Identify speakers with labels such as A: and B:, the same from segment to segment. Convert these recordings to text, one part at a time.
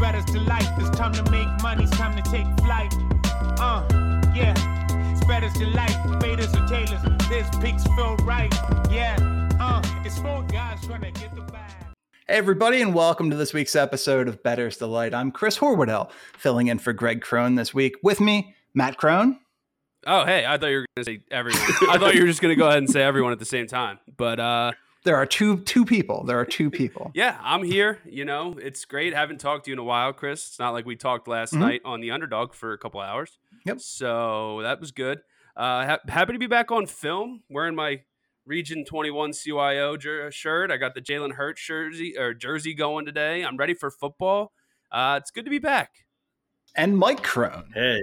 A: matters to life. It's time to make money, it's time to take flight. Uh, yeah. Spreaders to life, faders or tailors. This pigs feel right. Yeah. Uh, it's four guys trying to get the bag.
B: Hey, everybody, and welcome to this week's episode of Better's Delight. I'm Chris Horwoodell, filling in for Greg Crone this week. With me, Matt Crone.
C: Oh, hey, I thought you were going to say everyone. I thought you were just going to go ahead and say everyone at the same time. But uh,
B: There are two two people. There are two people.
C: yeah, I'm here. You know, it's great. Haven't talked to you in a while, Chris. It's not like we talked last
D: Mm-hmm.
C: night on the underdog for a couple hours.
B: Yep.
C: So that was good. Uh, ha- happy to be back on film, wearing my Region 21 CYO jer- shirt. I got the Jalen Hurts jersey or jersey going today. I'm ready for football. Uh, it's good to be back.
B: And Mike Crone.
D: Hey,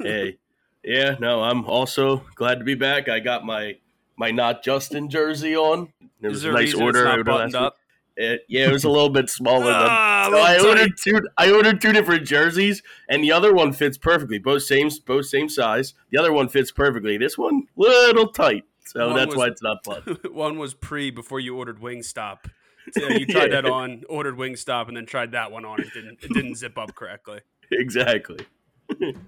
D: hey, yeah. No, I'm also glad to be back. I got my my not Justin jersey on. It
C: Is
D: was
C: there
D: a
C: a
D: nice
C: reason it's
D: order.
C: not
D: I ordered
C: buttoned
D: last
C: up?
D: week. It- yeah, it was a little bit smaller than.
C: Ah,
D: So
C: little
D: I
C: tight.
D: ordered two. I ordered two different jerseys, and the other one fits perfectly. Both same, both same size. The other one fits perfectly. This one, little tight. So
C: One
D: that's
C: was-
D: why it's not fun.
C: One was pre before you ordered Wingstop. So you tried that on, ordered Wingstop, and then tried that one on. It didn't. It didn't zip up correctly.
D: exactly.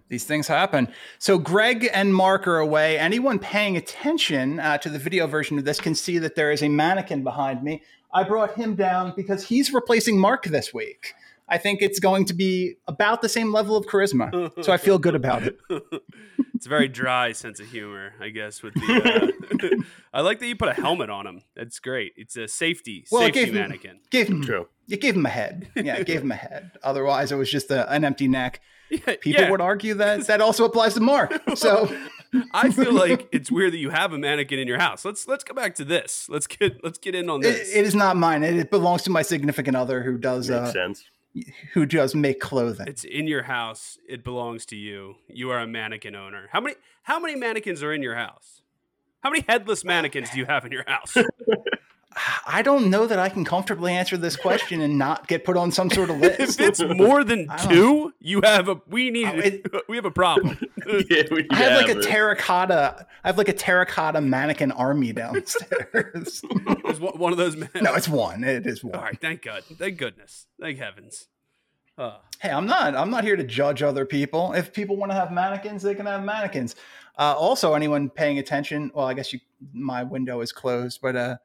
B: These things happen. So Greg and Mark are away. Anyone paying attention uh, to the video version of this can see that there is a mannequin behind me. I brought him down because he's replacing Mark this week. I think it's going to be about the same level of charisma, so I feel good about it.
C: It's a very dry sense of humor, I guess. With the, uh, I like that you put a helmet on him. That's great. It's a safety
B: Well, it
C: safety
B: gave me-
C: mannequin.
B: Gave him,
D: True.
B: you gave him a head. Yeah, it gave him a head. Otherwise, it was just a, an empty neck. People
C: yeah.
B: would argue that that also applies to Mark. So
C: I feel like it's weird that you have a mannequin in your house. Let's let's go back to this. Let's get let's get in on
B: it,
C: this.
B: it is not mine. It, it belongs to my significant other who does
D: Makes
B: uh,
D: sense.
B: who does make clothing.
C: it's in your house. It belongs to you. You are a mannequin owner. How many how many mannequins are in your house? How many headless mannequins do you have in your house?
B: I don't know that I can comfortably answer this question and not get put on some sort of
C: if
B: list.
C: it's more than
B: I don't-
C: two, you have a we need
B: Oh, it-
C: we have a problem.
D: Yeah, we
B: I have like a
D: it.
B: terracotta. I have like a terracotta mannequin army downstairs.
C: There's one one of those. Man-
B: no, it's one. It is one.
C: all right. Thank God. Thank goodness. Thank heavens. Uh,
B: Hey, I'm not. I'm not here to judge other people. If people want to have mannequins, they can have mannequins. Uh, also, anyone paying attention? Well, I guess you. My window is closed, but uh,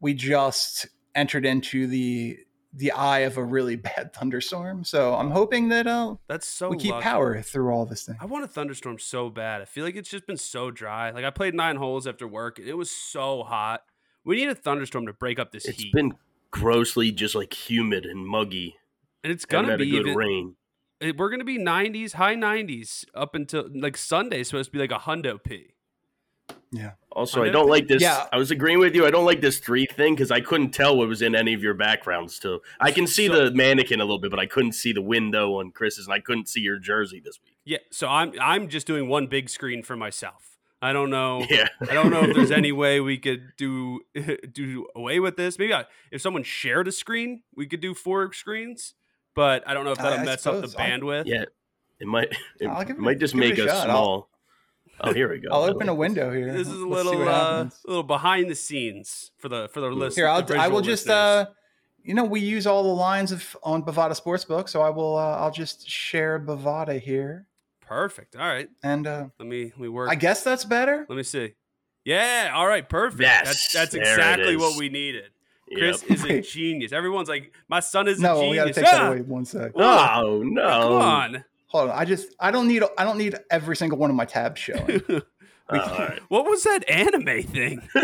B: we just entered into the the eye of a really bad thunderstorm. So I'm hoping that uh,
C: that's so.
B: we keep
C: lucky.
B: power through all this thing.
C: I want a thunderstorm so bad. I feel like it's just been so dry. Like I played nine holes after work, and it was so hot. We need a thunderstorm to break up this
D: It's
C: heat,
D: been grossly just like humid and muggy.
C: and it's
D: Haven't
C: gonna
D: had
C: be
D: a good
C: even.
D: rain.
C: it- we're gonna be 90s, high 90s up until like Sunday. Supposed to be like a hundo p.
D: Also,
C: I
D: I
C: don't
D: don't like this.
B: Yeah.
D: I was agreeing with you. I don't like this three thing because I couldn't tell what was in any of your backgrounds. Too, I can see
C: So-
D: the mannequin a little bit, but I couldn't see the window on Chris's, and I couldn't see your jersey this week.
C: Yeah, so I'm I'm just doing one big screen for myself. I don't
B: Oh,
C: know.
D: Yeah,
C: I don't know if there's any way we could do do away with this. Maybe I, if someone shared a screen, we could do four screens. But I don't know if
B: I-
C: that'll
B: I
C: mess up the
B: suppose I'll-
C: bandwidth.
D: yeah. It might. It
B: I'll give it a-
D: might just
B: give it
D: make
B: a
D: us
B: shot. I'll-
D: small. oh, here we go.
B: I'll
D: I
B: open a
D: like this.
B: window here.
C: This is a
B: Let's see
C: little
B: what
C: uh,
B: happens.
C: little behind the scenes for the for the list.
B: Here, I'll,
C: the
B: I will
C: visual
B: just, uh,
C: listeners.
B: you know, we use all the lines of on Bovada Sportsbook, so I will, uh, I'll just share Bovada here,
C: perfect. All right,
B: and uh,
C: let me let me work.
B: I guess that's better.
C: Let me see. Yeah. All right. Perfect.
D: Yes,
C: That's that's
D: there it
C: exactly what
D: is.
C: we needed.
D: Yep.
C: Chris is a genius. Everyone's like, my son is
B: No,
C: a
B: we got to
C: genius.
B: take
C: Ah!
B: that away Oh. one sec.
D: No, Oh, no.
C: Come on.
B: Hold on, I just, I don't need, I don't need every single one of my tabs showing.
D: Oh, all right.
C: What was that anime thing?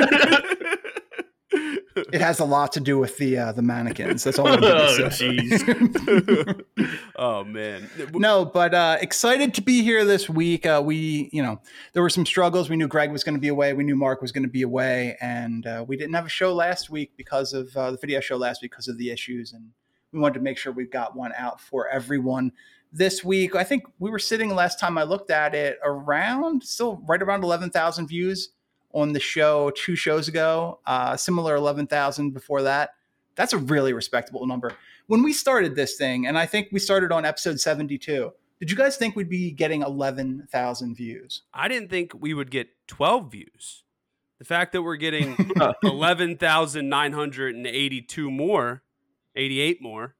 B: it has a lot to do with the uh, the mannequins. That's all. I'm
D: Oh,
B: gonna say.
D: jeez.
C: oh man.
B: no, but uh, excited to be here this week. Uh, we, you know, there were some struggles. We knew Greg was going to be away. We knew Mark was going to be away, and uh, we didn't have a show last week because of uh, the video show last week because of the issues, and we wanted to make sure we got one out for everyone this week. I think we were sitting last time I looked at it around still right around eleven thousand views on the show two shows ago. Uh, similar eleven thousand before that. That's a really respectable number when we started this thing, and I think we started on episode 72, did you guys think we'd be getting 11,000 views?
C: I didn't think we would get 12 views. The fact that we're getting 11,982 more, 88 more.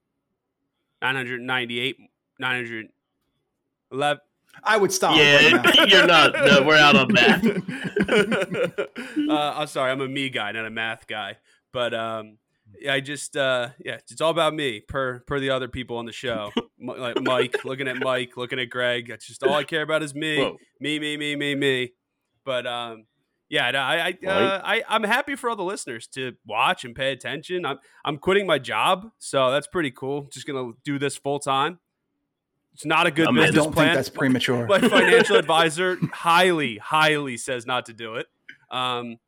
C: 998, 911.
B: I would stop.
D: yeah,
B: right
D: you're not. No, we're out on math.
C: uh, I'm sorry, I'm a me guy, not a math guy. But um, yeah, I just uh, yeah, it's all about me. Per per the other people on the show, M- like Mike, looking at Mike, looking at Greg. That's just all I care about is me,
D: Whoa.
C: me, me, me, me, me. But um, yeah, no, I I, uh, I I'm happy for all the listeners to watch and pay attention. I'm I'm quitting my job, so that's pretty cool. Just gonna do this full time. It's not a good
D: I'm in.
B: I
D: This
C: business
B: don't
C: plan.
B: think that's premature.
C: My financial advisor highly, highly says not to do it. Um,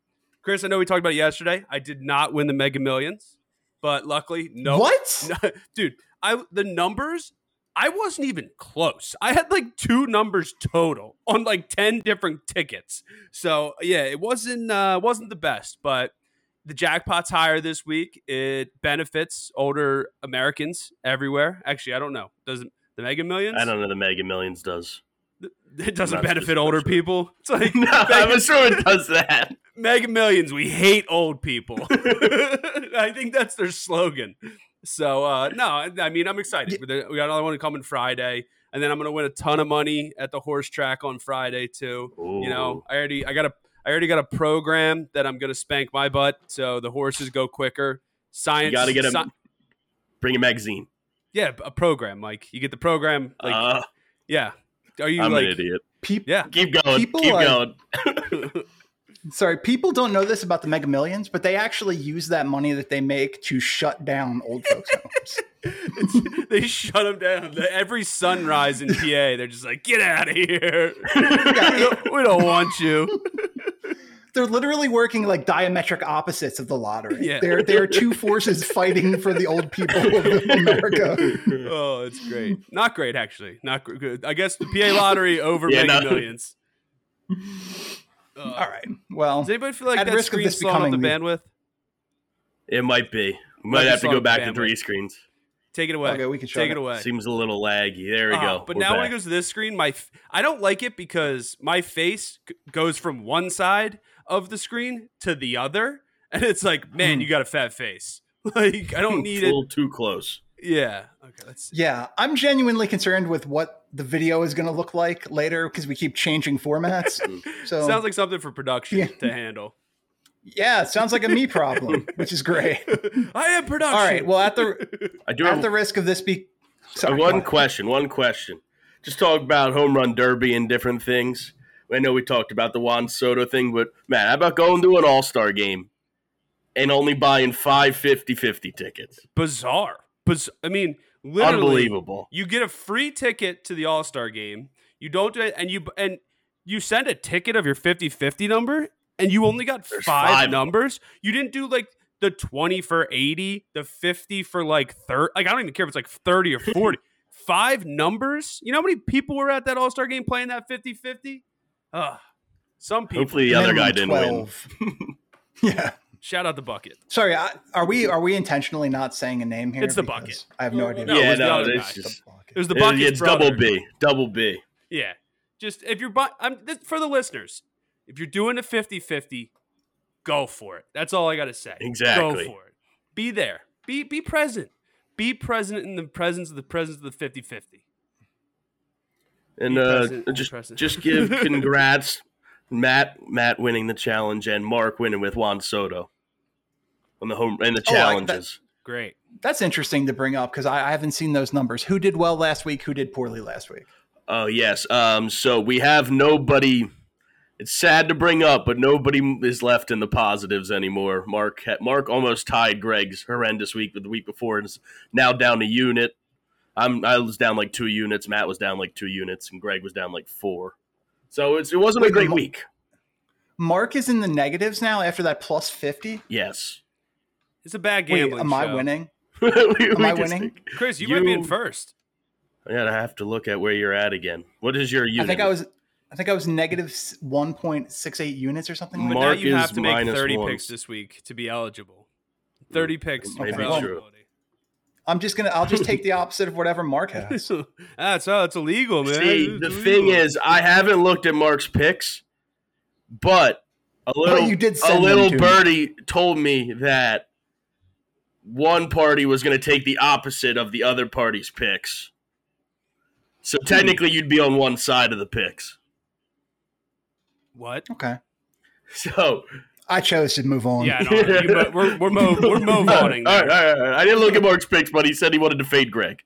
C: Chris, I know we talked about it yesterday. I did not win the Mega Millions, but luckily, no.
B: What?
C: No, dude, I the numbers. I wasn't even close. I had like two numbers total on like ten different tickets. So yeah, it wasn't uh, wasn't the best, but the jackpot's higher this week. It benefits older Americans everywhere. Actually, I don't know. Doesn't the Mega Millions?
D: I don't know. The Mega Millions does.
C: It doesn't
D: Not
C: benefit
D: just
C: older
D: pressure.
C: people. It's like
D: No, I'm sure it does that.
C: Mega Millions, we hate old people. I think that's their slogan. So uh, no, I I mean I'm excited. There- We got another one coming Friday, and then I'm gonna win a ton of money at the horse track on Friday too. You know, I already I got a I already got a program that I'm gonna spank my butt so the horses go quicker. Science,
D: you got to get a
C: sci-
D: bring a magazine.
C: yeah, a program. Like you get the program. Like
D: Uh,
C: yeah, are you
D: I'm
C: like
D: an idiot.
B: Peop-
C: yeah?
D: Keep going.
B: People
D: keep
B: are-
D: going.
B: Sorry, people don't know this about the Mega Millions, but they actually use that money that they make to shut down old folks' homes.
C: they shut them down. The- Every sunrise in PA, they're just like, get out of here. we, don't, we don't want you.
B: They're literally working like diametric opposites of the lottery.
C: Yeah.
B: They're, they're two forces fighting for the old people of America.
C: Oh, it's great. Not great, actually. Not gr- good. I guess the PA lottery over
D: Yeah,
C: Mega
D: no.
C: Millions. Uh,
B: All right. Well,
C: Does anybody feel like
B: At
C: that
B: risk of
C: screen's
B: this
C: slowing up the
B: becoming the-
C: bandwidth?
D: It might be. We
C: Might
D: might
C: be
D: have to go
C: slowing
D: back
C: bandwidth.
D: to three screens.
C: Take it away.
B: okay, we can shut
C: Take it
B: it.
C: away.
D: Seems a little laggy. There we
C: Uh-huh.
D: go.
C: But
D: We're
C: now when it
D: back.
C: goes to this screen, my f- I don't like it because my face g- goes from one side of the screen to the other, and it's like, man, you got a fat face. Like I don't need it.
D: a little too close.
C: Yeah. Okay. Let's see.
B: Yeah, I'm genuinely concerned with what the video is going to look like later because we keep changing formats. So
C: Sounds like something for production
B: Yeah.
C: to handle.
B: yeah, it sounds like a me problem, which is great.
C: I am production.
B: All right. Well, at the
D: I do
B: at
D: have
B: the risk of this be
D: Uh,
B: sorry, go
D: one
B: on.
D: question. One question. Just talk about home run derby and different things. I know we talked about the Juan Soto thing, but man, how about going to an All Star game and only buying five 50-50 tickets?
C: bizarre. Biz- I mean, literally,
D: Unbelievable.
C: You get a free ticket to the All Star game. You don't do it, and you and you send a ticket of your 50-50 number, and you only got five,
D: There's five of 'em.
C: numbers. You didn't do like the twenty for eighty, the fifty for like thirty. Like I don't even care if it's like thirty or forty. five numbers. You know how many people were at that All Star game playing that 50-50? Ugh. some people.
D: Hopefully, the other
B: Minimum
D: guy didn't win.
B: 12. yeah.
C: Shout out the bucket.
B: Sorry, I, are we are we intentionally not saying a name here?
C: It's the
B: Because
C: bucket.
B: I have no idea.
C: No, it
D: yeah,
C: was the
D: no,
C: other
D: it's
C: guy.
D: just
C: It was the
D: it-
C: bucket.
D: it's Uh, double B, double B.
C: Yeah. Just if you're bu- I'm this, for the listeners, if you're doing a 50-50, go for it. That's all I got to say. Go
D: Exactly.
C: for it. Be there. Be be present. Be present in the presence of the presence of the 50-50.
D: And
C: Be
D: uh,
C: present, be
D: just
C: present.
D: just give congrats, Matt Matt winning the challenge and Mark winning with Juan Soto on the home and
B: Oh, I-
D: the
B: that-
D: challenges.
C: Great.
B: That's interesting to bring up because I, I haven't seen those numbers. Who did well last week? Who did poorly last week?
D: Oh yes. Um. So we have nobody. It's sad to bring up, but nobody is left in the positives anymore. Mark ha- Mark almost tied Greg's horrendous week with the week before, and is now down a unit. I'm I was down like two units. Matt was down like two units, and Greg was down like four. So it's, it wasn't
B: Wait,
D: a great
B: Mar-
D: week.
B: Mark is in the negatives now after that plus fifty.
D: Yes.
C: It's a bad
B: Wait,
C: gambling
B: am I
C: show.
B: winning?
D: We- we
B: I
D: just
B: winning?
D: think-
C: Chris, you, might be in
D: You-
C: first.
D: I gotta have to look at where you're at again. What is your unit?
B: I think I was. I think I was negative one point six eight units or something.
C: But
B: Like
C: now
D: Mark
C: you have
D: is
C: to make
D: minus
C: 30
D: one. Mm,
C: picks this week to be eligible. 30 picks
D: Maybe
C: for
B: it's
C: eligibility.
B: that. I'm just gonna. I'll just take the opposite of whatever Mark has.
C: That's oh, it's illegal, man.
D: See,
C: It's
D: the thing
C: illegal.
D: is, I haven't looked at Mark's picks, but a little
B: you did
D: a
B: send them
D: little
B: to me.
D: birdie told me that one party was going to take the opposite of the other party's picks. So
B: Hmm.
D: technically, you'd be on one side of the picks.
C: What?
B: Okay.
D: So
B: I chose to move on.
C: Yeah, I know. You mo- we're we're mo we're mo voting.
D: All right,
C: there.
D: all right, all right. I didn't look at Mark's picks, but he said he wanted to fade Greg.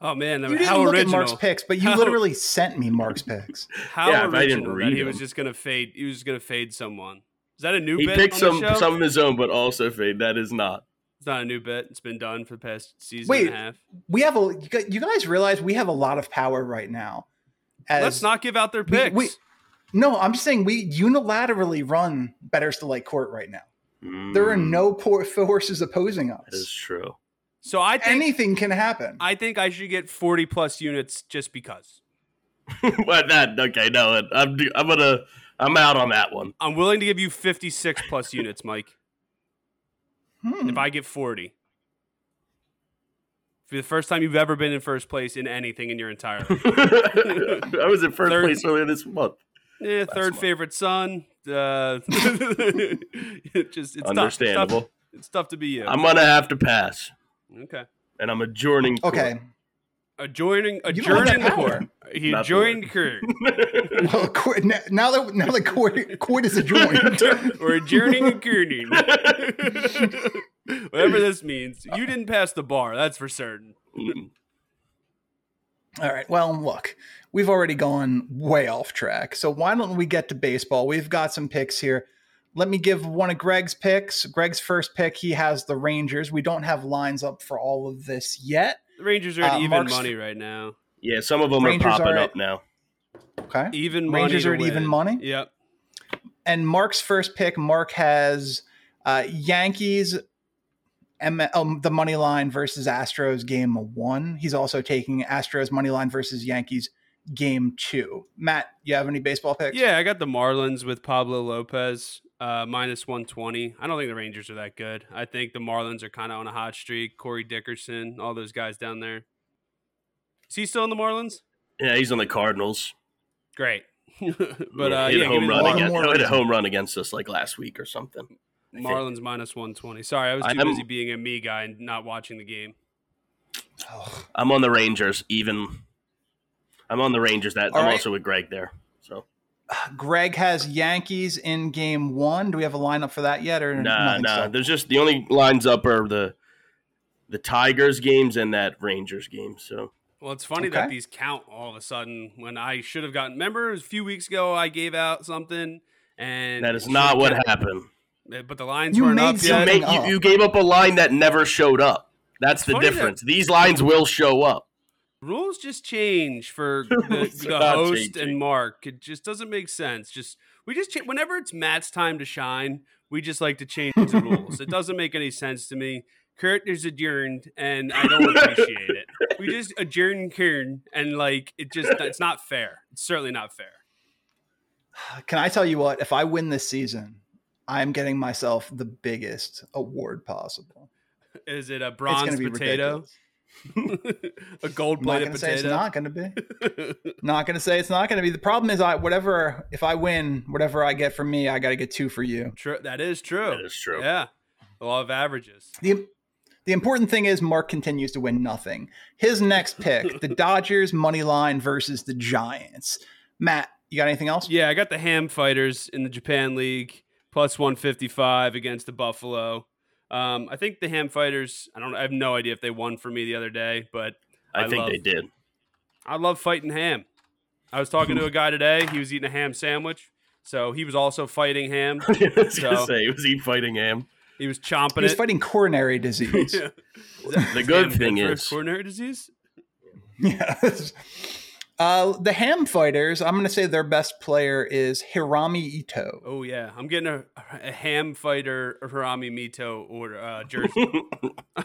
C: Oh man,
B: You didn't
C: how
B: look
C: original!
B: at Mark's picks, but you
C: How-
B: literally sent me Mark's picks.
C: How
D: Yeah, if
C: original
D: I didn't
C: that
D: read
C: he was
D: them.
C: just gonna fade. He was gonna fade someone. Is that a new
D: He
C: bit?
D: picked
C: on
D: some
C: the show?
D: some of his own, but also fade. That is not.
C: It's not a new bit. It's been done for the past season
B: Wait,
C: and a half.
B: We have a. You gu- you guys realize we have a lot of power right now. As,
C: Let's not give out their
B: we-
C: picks.
B: we- no, I'm just saying we unilaterally run Betters to Light Court right now. There are
D: Mm,
B: no
C: Hmm.
B: poor forces opposing us.
D: That is true.
C: so I think
B: Anything can happen.
C: I think I should get forty plus units just because.
D: but that okay. No, I'm I'm gonna I'm out on that one.
C: I'm willing to give you fifty six plus units, Mike.
B: Hmm.
C: If I get forty. For the first time you've ever been in first place in anything in your entire life.
D: I was in first
C: Third-
D: place earlier this month.
C: Yeah, Eh, third favorite son. Uh, it just it's
D: Understandable.
C: Tough. It's tough. It's tough to be you.
D: I'm gonna have to pass,
C: okay.
D: and I'm adjourning. court.
B: okay.
C: Adjoining
B: You don't have
C: adjourning the
B: that
C: court.
B: power.
C: He
D: Not the
C: adjoined the court.
B: Well, court, now, now that now that court, court is adjourned.
C: We're adjourning and curning. Whatever this means. You didn't pass the bar, that's for certain.
D: Mm.
B: All right. Well, look, we've already gone way off track. So why don't we get to baseball? We've got some picks here. Let me give one of Greg's picks. Greg's first pick, he has the Rangers. We don't have lines up for all of this yet.
C: The Rangers are at
B: Uh,
C: even
B: Mark's-
C: money right now.
D: Yeah, some of them
B: Rangers
D: are popping
B: are
D: up
B: at-
D: now.
B: Okay.
C: Even money.
B: Rangers
C: to
B: are at even
C: win.
B: money?
C: Yep.
B: And Mark's first pick, Mark has uh, Yankees, M- um, the money line versus Astros game one. He's also taking Astros money line versus Yankees game two. Matt, you have any baseball picks?
C: Yeah, I got the Marlins with Pablo Lopez uh, minus one twenty. I don't think the Rangers are that good. I think the Marlins are kind of on a hot streak. Corey Dickerson, all those guys down there. Is he still in the Marlins?
D: Yeah, he's on the Cardinals.
C: Great. but
D: Yeah,
C: uh,
D: he
C: yeah,
D: hit
C: give me
D: a home
C: the
D: run
B: One
C: Marlins,
D: against,
B: more
D: he hit a
B: reason.
D: home run against us like last week or something. think.
C: Marlins minus one twenty. Sorry, I was
D: I
C: too
D: am-
C: busy being a me guy and not watching the game.
B: Ugh.
D: I'm on the Rangers. Even I'm on the Rangers. That
B: All
D: I'm
B: right.
D: also with Greg there. So
B: Greg has Yankees in game one. Do we have a lineup for that yet? Or
D: nah,
B: nothing
D: nah.
B: still?
D: There's just the only lines up are the the Tigers games and that Rangers game. So
C: Well, it's funny that
B: Okay.
C: these count all of a sudden when I should have gotten. Remember, it was a few weeks ago I gave out something, and
D: that is
C: should've
D: not what
C: kept-
D: happened.
C: But the lines
B: You
C: weren't
B: made
C: up
D: You,
B: Yeah,
C: yet.
B: something-
D: make,
B: I
D: you,
B: know.
D: you gave up a line that never showed up. That's the
C: funny that-
D: difference. These lines will show up.
C: Rules just change for the,
D: Rules
C: the
D: are not
C: host
B: eh?
D: changing.
C: and Mark. It just doesn't make sense. Just we just cha- whenever it's Matt's time to shine, we just like to change the rules. It doesn't make any sense to me. Kurt is adjourned, and I don't appreciate it. We just adjourn Kern, and like it just it's not fair. It's certainly not fair.
B: Can I tell you what? If I win this season, I'm getting myself the biggest award possible.
C: Is it a
B: It's
C: bronze
B: going to be
C: potato?
B: ridiculous.
C: a gold
B: I'm not
C: plated
B: going to say it's
C: potato?
B: not going to be. not going to say it's not going to be. The problem is, I whatever if I win, whatever I get from me, I got to get two for you.
C: True. That is true.
D: That is true.
C: Yeah. The law of averages.
B: the The important thing is Mark continues to win nothing. His next pick: the Dodgers money line versus the Giants. Matt, you got anything else?
C: Yeah, I got the Ham Fighters in the Japan League plus 155 against the Buffalo. Um, I think the Ham Fighters. I don't. I have no idea if they won for me the other day, but
D: I,
C: I
D: think
C: love-
D: they did.
C: I love fighting ham. I was talking to a guy today. He was eating a ham sandwich, so he was also fighting ham.
D: I was gonna
C: So-
D: say, was he fighting him?
C: He was chomping
B: He's
C: it.
B: fighting coronary disease.
C: Yeah. Is that-
D: The
C: is
D: good
C: ham
D: thing
C: for
D: is-
C: coronary disease.
B: Yes. Uh, the Ham Fighters, I'm going to say their best player is Hirami Ito.
C: Oh yeah, I'm getting a, a ham fighter Harami Mito order uh, jersey. All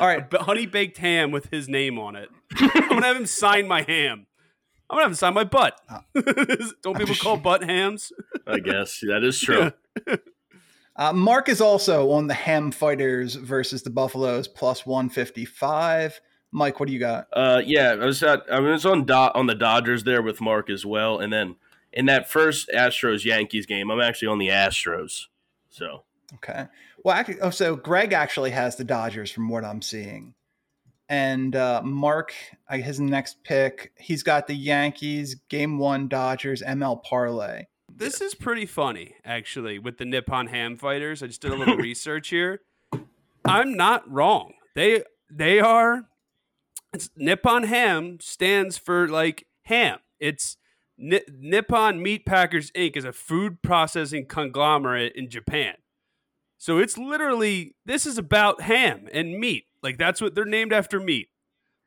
B: right.
C: but honey baked ham with his name on it. I'm gonna have him sign my ham. I'm gonna have him sign my butt. Don't people call butt hams?
D: I guess that is true.
B: Uh, Mark is also on the Ham Fighters versus the Buffaloes plus 155. Mike, what do you got?
D: Uh, yeah, I was at, I was on Do- on the Dodgers there with Mark as well, and then in that first Astros Yankees game, I'm actually on the Astros. So
B: Okay. Well, actually, oh, so Greg actually has the Dodgers from what I'm seeing, and uh, Mark, I- his next pick, he's got the Yankees Game One Dodgers ML parlay.
C: This is pretty funny, actually, with the Nippon Ham Fighters. I just did a little research here. I'm not wrong. They they are. It's Nippon Ham stands for like ham. It's Ni- Nippon Meat Packers Inc. is a food processing conglomerate in Japan. So it's literally this is about ham and meat. Like that's what they're named after meat.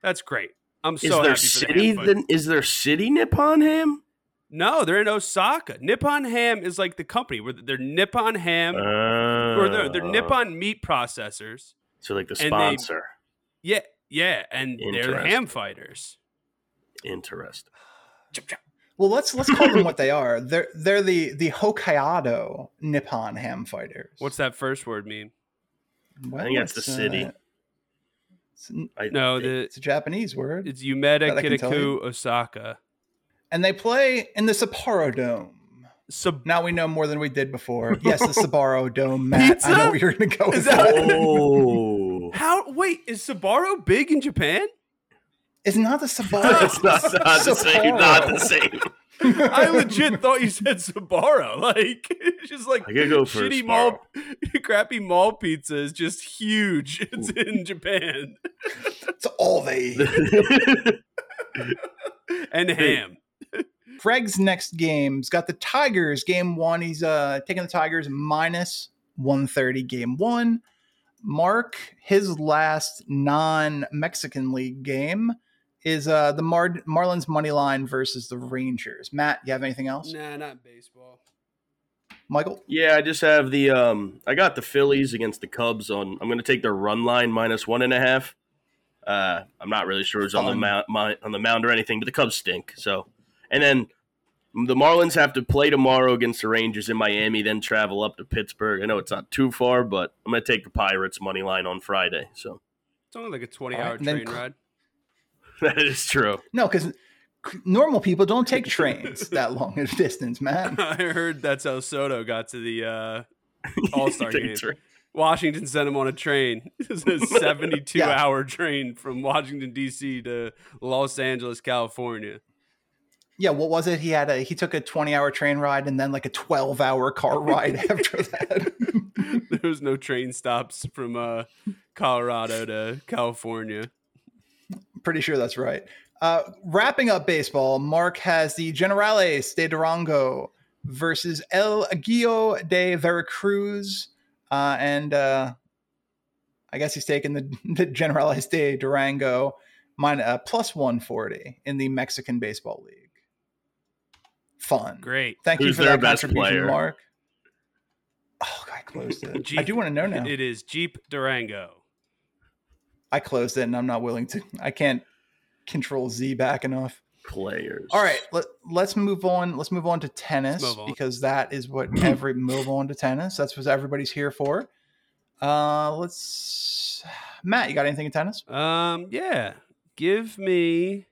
C: That's great. I'm so
D: is their
C: happy for the
D: city
C: ham fighters.
D: the, is their city Nippon Ham?
C: No, they're in Osaka. Nippon Ham is like the company where they're Nippon Ham or they're, they're
D: Oh.
C: Nippon meat processors.
D: So like the
C: and they-
D: sponsor.
C: Yeah, yeah, and they're the
D: Interesting.
C: ham fighters.
D: Interesting.
B: Well, let's let's call them what they are. They're they're the the Hokkaido Nippon Ham Fighters.
C: What's that first word mean?
B: Well,
D: I think that's the
B: it's, uh,
D: city.
B: it's, n-
D: I,
C: No, the
B: it's a Japanese word,
C: it's Umeda
B: That I can tell
C: Kitaku Osaka.
B: and they play in the Sapporo Dome.
C: Sub-
B: Now we know more than we did before. Yes, the Sapporo Dome. Matt, I know
C: Pizza?
B: where you're going to go. With
C: Is that-
B: that?
D: oh,
C: How? Wait, is Sabaro big in Japan?
B: It's not the Sapporo.
D: it's not, not the same. Not the same.
C: I legit thought you said Sabaro. Like, it's just like
D: I gotta go for
C: shitty mall, crappy mall pizza is just huge. It's in Japan
B: It's all they. eat.
D: Sparrow.
C: and ham.
B: Craig's next game's got the Tigers game one. He's uh taking the Tigers minus 130 game one. Mark, his last non-Mexican League game is uh the Mar- Marlins money line versus the Rangers. Matt, you have anything else?
C: Nah, not baseball.
B: Michael?
D: yeah, I just have the um. I got the Phillies against the Cubs on. I'm gonna take their run line minus one and a half. Uh, I'm not really sure who's on the
B: Fun.
D: mound my, on the mound or anything, but the Cubs stink. So, and then the Marlins have to play tomorrow against the Rangers in Miami, then travel up to Pittsburgh. I know it's not too far, but I'm gonna take the Pirates money line on Friday. So
C: It's only like a
B: All
C: twenty-hour
B: right, and then
C: train
B: cl-
C: ride.
D: that is true.
B: No, because normal people don't take trains that long a distance, Matt.
C: I heard that's how Soto got to the uh, All-Star
D: Take a
C: game.
D: turn.
C: Washington sent him on a train. This is a 72
B: Yeah.
C: hour train from Washington, D.C. to Los Angeles, California.
B: Yeah, what was it? He had a he took a 20-hour train ride and then like a 12-hour car ride after that.
C: there was no train stops from uh, Colorado to California.
B: Pretty sure that's right. Uh, wrapping up baseball, Mark has the Generales de Durango versus El Aguillo de Veracruz. Uh, and uh, I guess he's taking the, the Generales de Durango min- uh, plus 140 in the Mexican Baseball League. Fun.
C: Great.
B: Thank you
D: Who's
B: for
D: their
B: that
D: best
B: contribution,
D: player?
B: Mark. Oh, I closed it. I
C: Jeep-
B: do want to know now.
C: It is Jeep Durango.
B: I closed it and I'm not willing to. I can't control Z back enough.
D: Players.
B: All right, let, let's move on. Let's move on to tennis
C: move on.
B: because that is what every move on to tennis. That's what everybody's here for. Uh, let's Matt, you got anything in tennis?
C: Um, yeah. Give me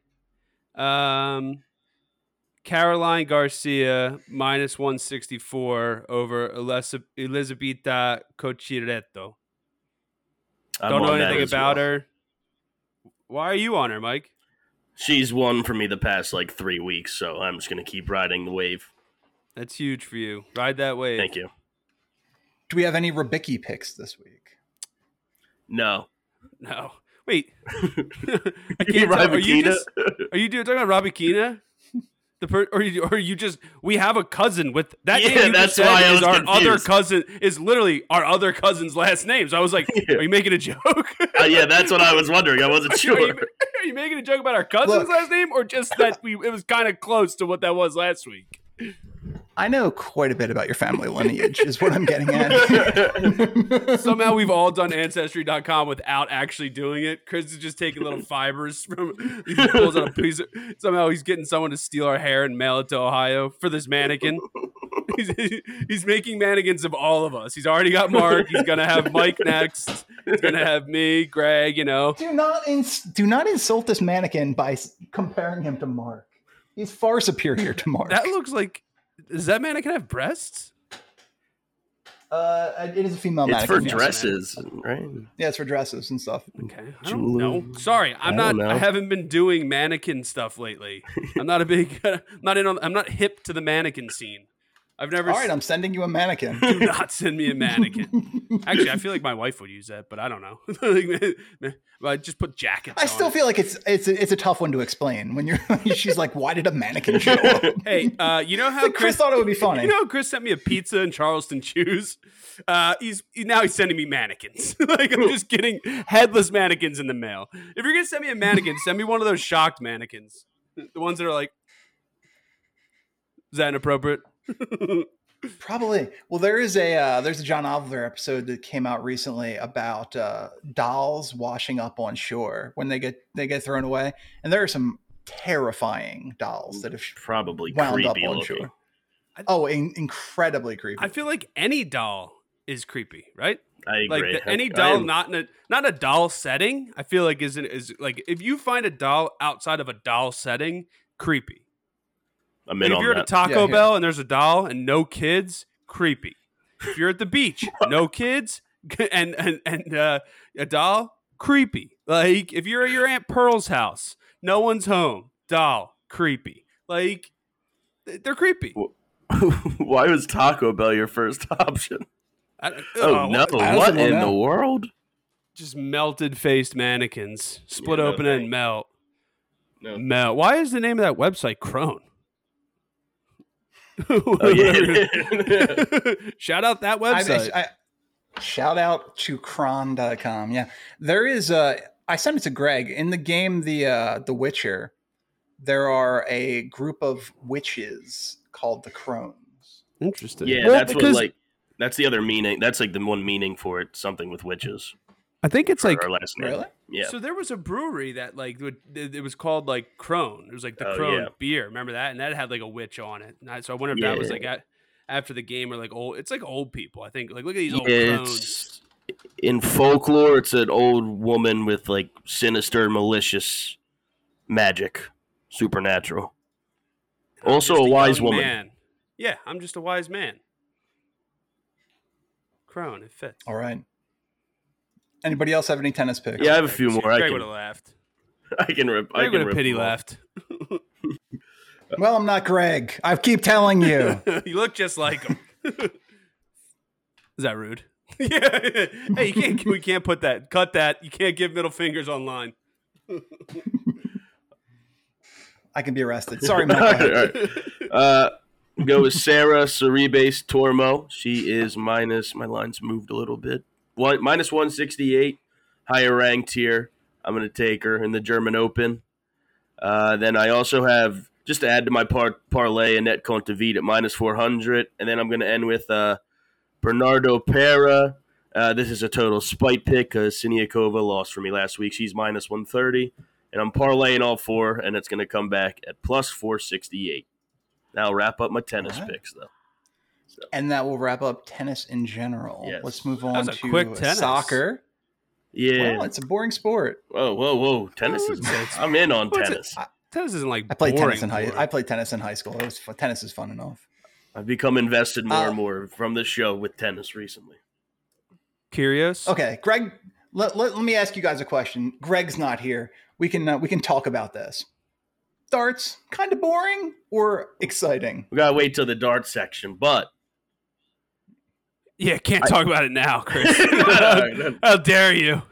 C: um Caroline Garcia minus 164 over Elis- Elisabetta Cochiretto.
D: I'm
C: Don't know
D: on that
C: anything
D: as
C: about
D: well.
C: her. Why are you on her, Mike?
D: She's won for me the past like three weeks, so I'm just gonna keep riding the wave.
C: That's huge for you. Ride that wave.
D: Thank you.
B: Do we have any Rubicki picks this week?
D: No,
C: No. Wait. I
D: you
C: can't tell. Are you
D: Rybakina?
C: just Are you doing, talking about Robbie Keena? The per, or, you, or you just we have a cousin with that
D: Yeah,
C: name. you just
D: that's
C: said
D: why I
C: is
D: was
C: our other
D: confused.
C: cousin is literally our other cousin's last name. So I was like,
D: Yeah.
C: are you making a joke?
D: Uh, yeah, that's what I was wondering. I wasn't
C: are, you,
D: sure.
C: are you making a joke about our cousin's
B: Look.
C: last name, or just that we it was kind of close to what that was last week?
B: I know quite a bit about your family lineage, is what I'm getting at.
C: Somehow we've all done ancestry.com without actually doing it. Chris is just taking little fibers from he pulls out a piece of, somehow he's getting someone to steal our hair and mail it to Ohio for this mannequin. He's, he's making mannequins of all of us. He's already got Mark. He's gonna have Mike next. He's gonna have me, Greg. You know,
B: do not ins- do not insult this mannequin by s- comparing him to Mark. He's far superior to Mark.
C: that looks like does that mannequin have breasts?
B: Uh, it is a female
D: It's for
B: mannequin. yes.
D: dresses, right?
B: Yeah, it's for dresses and stuff.
C: Okay. I don't
D: Jewel-
C: know. Sorry, I'm
D: I
C: not.
D: don't
C: I
D: know.
C: haven't been doing mannequin stuff lately. I'm not a big. not in. On, I'm not hip to the mannequin scene. I've never.
B: All right, I'm sending you a mannequin.
C: do not send me a mannequin. Actually, I feel like my wife would use that, but I don't know. Like, I just put jackets.
B: I
C: on
B: still
C: it.
B: feel like it's it's a, it's a tough one to explain when you're. she's like, why did a mannequin show up?
C: Hey, uh, you know how
B: Like, Chris thought it would be funny.
C: You know, how Chris sent me a pizza and Charleston shoes. Uh, he's he- now he's sending me mannequins. like I'm just getting headless mannequins in the mail. If you're gonna send me a mannequin, send me one of those shocked mannequins, the ones that are like, is that inappropriate?
B: Probably. Well, there is a uh, there's a John Oliver episode that came out recently about uh, dolls washing up on shore when they get they get thrown away, and there are some terrifying dolls that have
D: Probably
B: wound up
D: creepy
B: on
D: looking.
B: shore. Oh, in- incredibly creepy.
C: I feel like any doll is creepy, right?
D: I agree.
C: like the, any
D: I- I
C: doll
D: am-
C: not in a not in a doll setting i feel like isn't is like if you find a doll outside of a doll setting creepy
D: I'm
C: Like,
D: in
C: if
D: on
C: you're at a
D: that.
C: taco
B: Yeah, yeah.
C: bell and there's a doll and no kids creepy if you're at the beach no kids and and and uh, a doll creepy like if you're at your aunt pearl's house no one's home doll creepy like th- they're creepy
D: Why was Taco Bell your first option?
C: I-
D: Oh,
C: uh,
D: no!
B: I
D: What
B: also don't
D: in
B: know.
D: the world?
C: just melted faced mannequins split
D: Yeah, no
C: open and
D: thanks.
C: melt
D: No.
C: Mel, why is the name of that website Crone?
D: Oh yeah.
C: Shout out that
B: I- I-
C: website.
B: I- shout out to cron.com. Yeah. There is uh I sent it to Greg in the game the uh The Witcher. There are a group of witches called the Crones.
C: Interesting.
D: yeah,
C: Well,
D: that's what like that's the other meaning. That's like the one meaning for it. Something with witches.
C: I think it's
D: for
C: like
D: our last name.
B: Really?
D: Yeah.
C: so there was a brewery that like would, it it was called like Crone. It was like the
D: Oh,
C: Crone
D: yeah.
C: beer. Remember that? And that had like a witch on it. And I- so I wonder if that was like at, after the game or like old. It's like old people. I think like look at these old crones.
D: it's in folklore. It's an old woman with like sinister, malicious magic, supernatural.
C: I'm
D: Also,
C: just
D: a wise
C: young
D: woman.
C: Man. Yeah, I'm just a wise man. Crone, it fits.
B: All right. Anybody else have any tennis picks?
D: Yeah, I have a few more. I
C: Greg would have
D: can,
C: laughed.
D: I can rip. I
C: Greg
D: can
C: would have
D: rip
C: pity
D: them off.
C: laughed.
B: Well, I'm not Greg. I keep telling you.
C: you look just like him. Is that rude? yeah. Hey, you can't. We can't put that. Cut that. You can't give middle fingers online.
B: I can be arrested. Sorry,
D: All
B: Mike.
D: right, all right. Uh, go with Sarah Cerebase Tormo. She is minus. My lines moved a little bit. One minus one sixty eight. Higher ranked here. I'm gonna take her in the German Open. Uh, then I also have just to add to my par- parlay Annette Contavit at minus four hundred, and then I'm gonna end with uh, Bernardo Pera. Uh, this is a total spite pick because Siniakova lost for me last week. She's minus 130 and I'm parlaying all four, and it's going to come back at plus 468. Now I'll wrap up my tennis
B: All right.
D: picks, though.
B: And that will wrap up tennis in general.
D: Yes.
B: Let's move on
C: was a
B: to uh,
C: quick tennis.
B: soccer.
D: Yeah.
B: Well, it's a boring sport.
D: whoa, whoa, whoa! Tennis is. I'm in on
C: What's it-
D: tennis.
C: Tennis isn't like
B: I played
C: boring,
B: tennis in high.
C: boring.
B: I played tennis in high school. It was fu- tennis is fun enough.
D: I've become invested more
B: Uh,
D: and more from this show with tennis recently.
C: Curious.
B: Okay, Greg. Let, let, let me ask you guys a question. Greg's not here. We can uh, we can talk about this. Darts kind of boring or exciting?
D: We gotta wait till the dart section, but
C: Yeah, can't talk about it now, Chris.
D: No,
C: How dare you?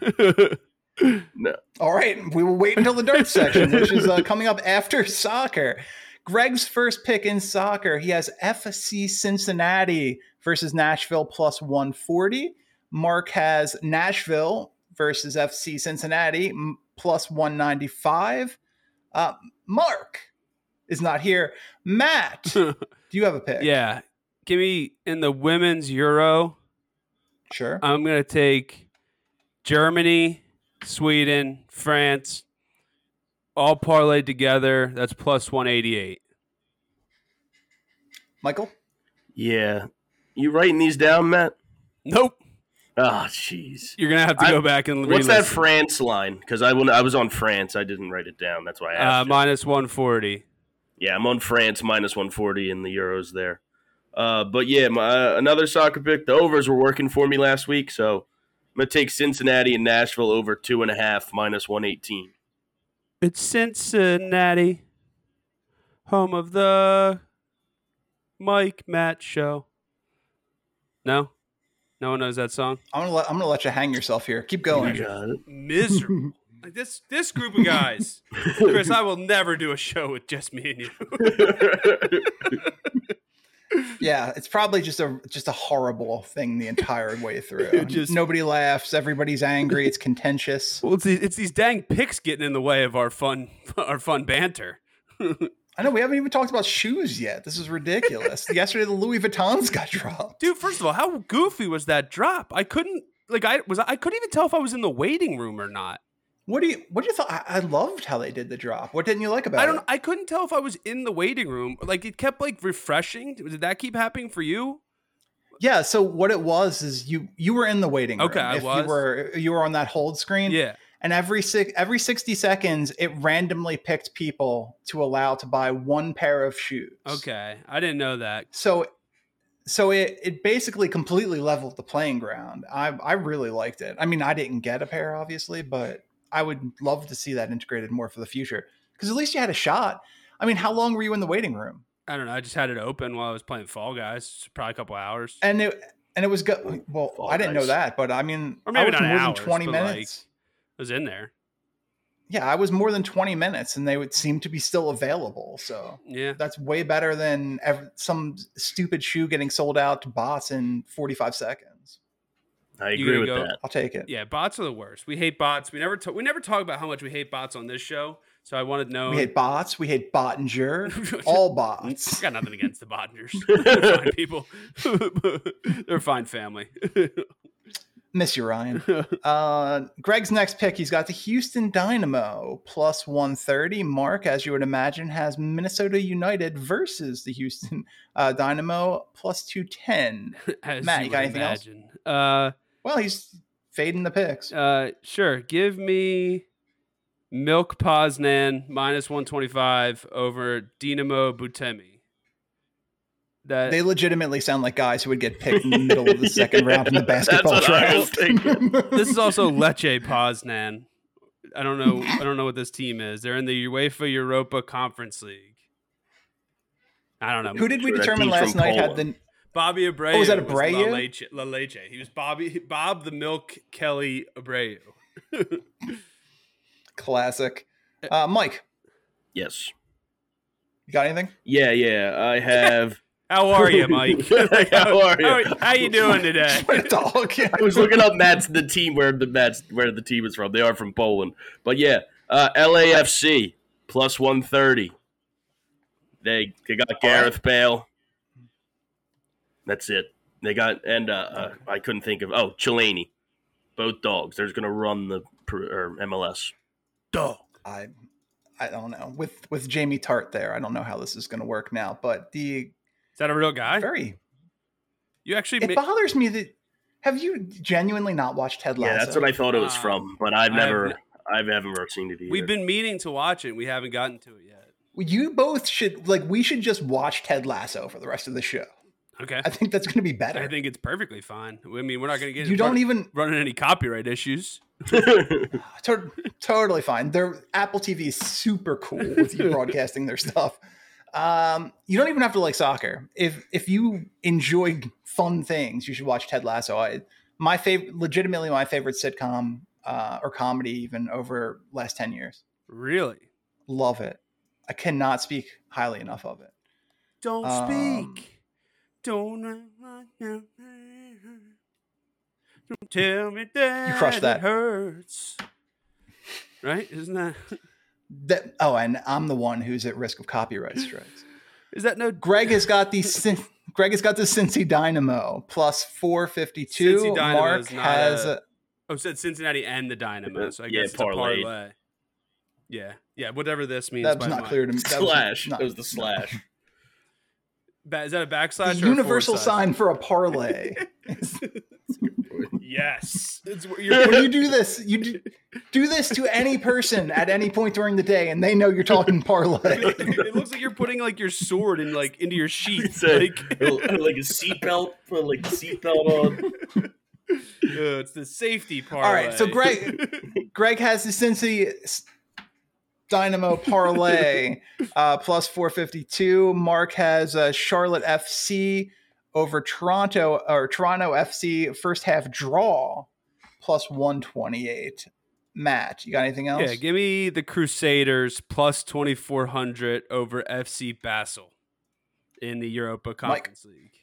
B: All right, we will wait until the darts section, which is uh, coming up after soccer. Greg's first pick in soccer. He has FC Cincinnati versus Nashville plus 140. Mark has Nashville versus FC Cincinnati m- plus 195. Uh, Mark is not here. Matt, do you have a pick?
C: yeah. Give me in the women's Euro.
B: Sure.
C: I'm gonna take Germany, Sweden, France, all parlayed together. That's plus one eighty eight.
B: Michael?
D: yeah, you writing these down, Matt?
C: Nope,
D: Oh, jeez.
C: you're gonna have to
D: I-
C: go back and
D: What's that
C: re-listen.
D: France line? Because I, wouldn't- I was on France. I didn't write it down. That's why I asked.
C: uh,
D: you.
C: minus one forty.
D: Yeah, I'm on France minus 140 in the Euros there. Uh, but yeah, my another soccer pick. The overs were working for me last week, so I'm gonna take Cincinnati and Nashville over two and a half minus one eighteen.
C: It's Cincinnati, home of the Mike Matt Show. No, no one knows that song.
B: I'm gonna let, I'm gonna let you hang yourself here. Keep going.
C: Miserable. Like this, this group of guys, Chris. I will never do a show with just me and you.
B: Yeah, it's probably just a just a horrible thing the entire way through.
C: Just-
B: Nobody laughs. Everybody's angry. It's contentious.
C: Well, it's these, it's these dang picks getting in the way of our fun, our fun banter.
B: I know we haven't even talked about shoes yet. This is ridiculous. Yesterday the Louis Vuittons got dropped.
C: dude first of all how goofy was that drop i couldn't like i was i couldn't even tell if i was in the waiting room or not
B: What do you what do you thought? I, I loved how they did the drop. What didn't you like about
C: i don't
B: it?
C: i couldn't tell if i was in the waiting room like it kept like refreshing did that keep happening for you
B: Yeah. So what it was is you you were in the waiting room.
C: Okay, I
B: if
C: was.
B: You were you were on that hold screen.
C: yeah
B: And every six every sixty seconds, it randomly picked people to allow to buy one pair of shoes.
C: okay i didn't know that
B: so so it, it basically completely leveled the playing ground i i really liked it i mean i didn't get a pair obviously but i would love to see that integrated more for the future because at least you had a shot i mean how long were you in the waiting room
C: i don't know i just had it open while i was playing fall guys probably a couple hours
B: and it and it was good well
D: Fall
B: i didn't know
D: Guys.
B: that but i mean
C: Or maybe
B: I was
C: not
B: more
C: hours,
B: than 20
C: but, like-
B: minutes
C: i was in there
B: yeah i was more than 20 minutes and they would seem to be still available so
C: yeah
B: that's way better than ever, some stupid shoe getting sold out to bots in 45 seconds
D: I
C: You
D: agree
C: gonna
D: with
C: go-
D: that.
B: i'll take it
C: yeah bots are the worst we hate bots we never ta- we never talk about how much we hate bots on this show so i wanted to know
B: We hate bots. We hate Bottinger. all bots.
C: I got nothing against the Bodgers. They're fine people. They're a fine family.
B: Miss you, Ryan. Uh, Greg's next pick. He's got the Houston Dynamo plus 130. Mark, as you would imagine, has Minnesota United versus the Houston uh, Dynamo plus 210.
C: As
B: Matt, you got
C: would
B: anything else?
C: imagine. Uh, else?
B: Well, he's fading the picks.
C: Uh, uh, sure. Give me Milk Poznan minus 125 over Dinamo Butemi. That
B: They legitimately sound like guys who would get picked in the middle of the second
D: Yeah,
B: round in the
D: that's
B: basketball
D: what I was
B: draft.
D: thinking.
C: this is also Lecce Poznan. I don't know. I don't know what this team is. They're in the UEFA Europa Conference League. I don't know.
B: who did we
D: That
B: determine
D: team's from
B: last night had the
D: Poland.
C: Bobby Abreu.
B: Oh, was that
C: was
B: Abreu?
C: La Leche, La Leche. He was Bobby Bob the Milk Kelly Abreu.
B: classic? Uh, Mike,
D: Yes.
B: you got anything?
D: Yeah, yeah. I have.
C: How are you, Mike?
D: How are you?
C: How, how you doing today?
B: What a dog.
D: I was looking up Matt's the team where the Matt's where the team is from. They are from Poland, but yeah, uh, LAFC plus one thirty. They they got Gareth Bale. That's it. They got and uh, uh, I couldn't think of oh Chelani, both dogs. They're just gonna run the pr- or MLS.
C: Dog.
B: I I don't know with with Jamie Tart there. I don't know how this is going to work now, but the
C: Is that a real guy?
B: very
C: You actually
B: it
C: made,
B: bothers me that have you genuinely not watched Ted Lasso?
D: Yeah, that's what I thought it was
C: Wow.
D: from, but I've
C: I have
D: never
C: n-
D: I've haven't ever seen it either.
C: we've been meaning to watch it. and We haven't gotten to it yet.
B: you both should like. We should just watch Ted Lasso for the rest of the show.
C: Okay.
B: I think that's going to be better.
C: I think it's perfectly fine. I mean, we're not going to get
B: you don't e-
C: run-
B: even
C: running any copyright issues.
B: to- totally fine. Their Apple TV is super cool with you broadcasting their stuff. Um, you don't even have to like soccer. If if you enjoy fun things, you should watch Ted Lasso. I, my favorite, legitimately my favorite sitcom uh, or comedy even over last ten years.
C: Really?
B: Love it. I cannot speak highly enough of it.
C: Don't
B: Um,
C: speak. Don't. Don't tell me that
B: crushed that.
C: It hurts. Right? Isn't that?
B: That, oh, and I'm the one who's at risk of copyright strikes.
C: Is that no?
B: Greg has got the Cin- Greg has got the Cincy Dynamo plus four fifty two.
C: Cincy Dynamo
B: Mark
C: is not
B: has.
C: a- Oh, said Cincinnati and the Dynamo. So I
D: Yeah,
C: guess it's
D: parlayed.
C: a parlay. Yeah, yeah. Whatever this means.
B: That
C: by
B: was not
C: my-
B: clear to me. That was
D: slash.
B: not-
D: That was the
B: no.
D: slash.
C: Ba- is that a
B: The
C: backslash? or a
B: universal
C: forward slash?
B: sign for a parlay.
C: Yes.
B: It's, when you do this, you do, do this to any person at any point during the day, and they know you're talking parlay.
C: it looks like you're putting like your sword in like into your sheath.
D: It's a-
C: Like,
D: like a seatbelt, put like a seatbelt on.
C: uh, it's the safety part.
B: All right, so Greg, Greg has the Cincy s- Dynamo parlay uh, plus four fifty two. Mark has uh, Charlotte FC over Toronto or Toronto FC first half draw plus one twenty eight. Matt, you got anything else?
C: yeah, give me the Crusaders plus twenty four hundred over FC Basel in the Europa Conference League.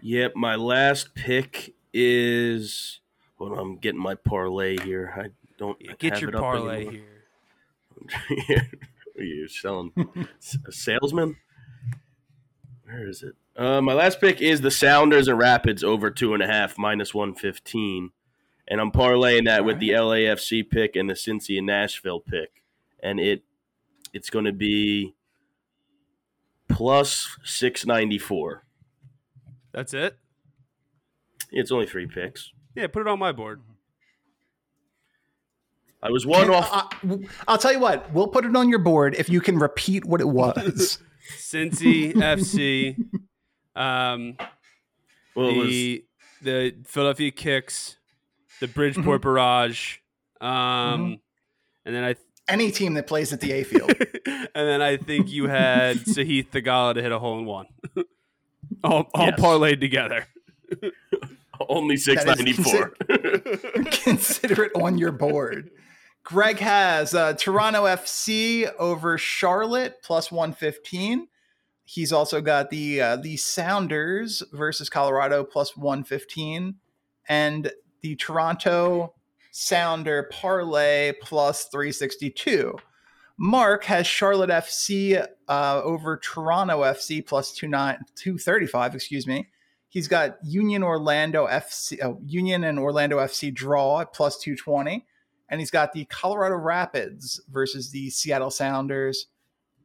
D: Yep, my last pick is. Hold on, I'm getting my parlay here. I don't
C: Yeah, get
D: have
C: your
D: it up
C: parlay
D: anymore.
C: here.
D: You're selling s- a salesman. Where is it? Uh, my last pick is the Sounders and Rapids over two and a half minus one fifteen, and I'm parlaying that with the LAFC pick and the Cincy and Nashville pick, and it it's going to be plus six ninety four.
C: That's it.
D: It's only three picks.
C: Yeah, put it on my board.
D: I was one off.
B: I, will tell you what. We'll put it on your board if you can repeat what it was.
C: Cincy FC, um,
D: well, it was,
C: the the Philadelphia Kicks, the Bridgeport Barrage, um,
B: Mm-hmm.
C: and then I
B: Any team that plays at the A field.
C: and then I think you had Sahith Tagala to hit a hole in one. all all
D: Yes.
C: parlayed together.
D: only six ninety four.
B: consider it on your board. Greg has uh, Toronto FC over Charlotte plus 115. He's also got the uh, the Sounders versus Colorado plus 115 and the Toronto Sounder parlay plus 362. Mark has Charlotte FC uh, over Toronto FC plus 29 235, excuse me. He's got Union Orlando FC, oh, Union and Orlando FC draw at plus 220. And he's got the Colorado Rapids versus the Seattle Sounders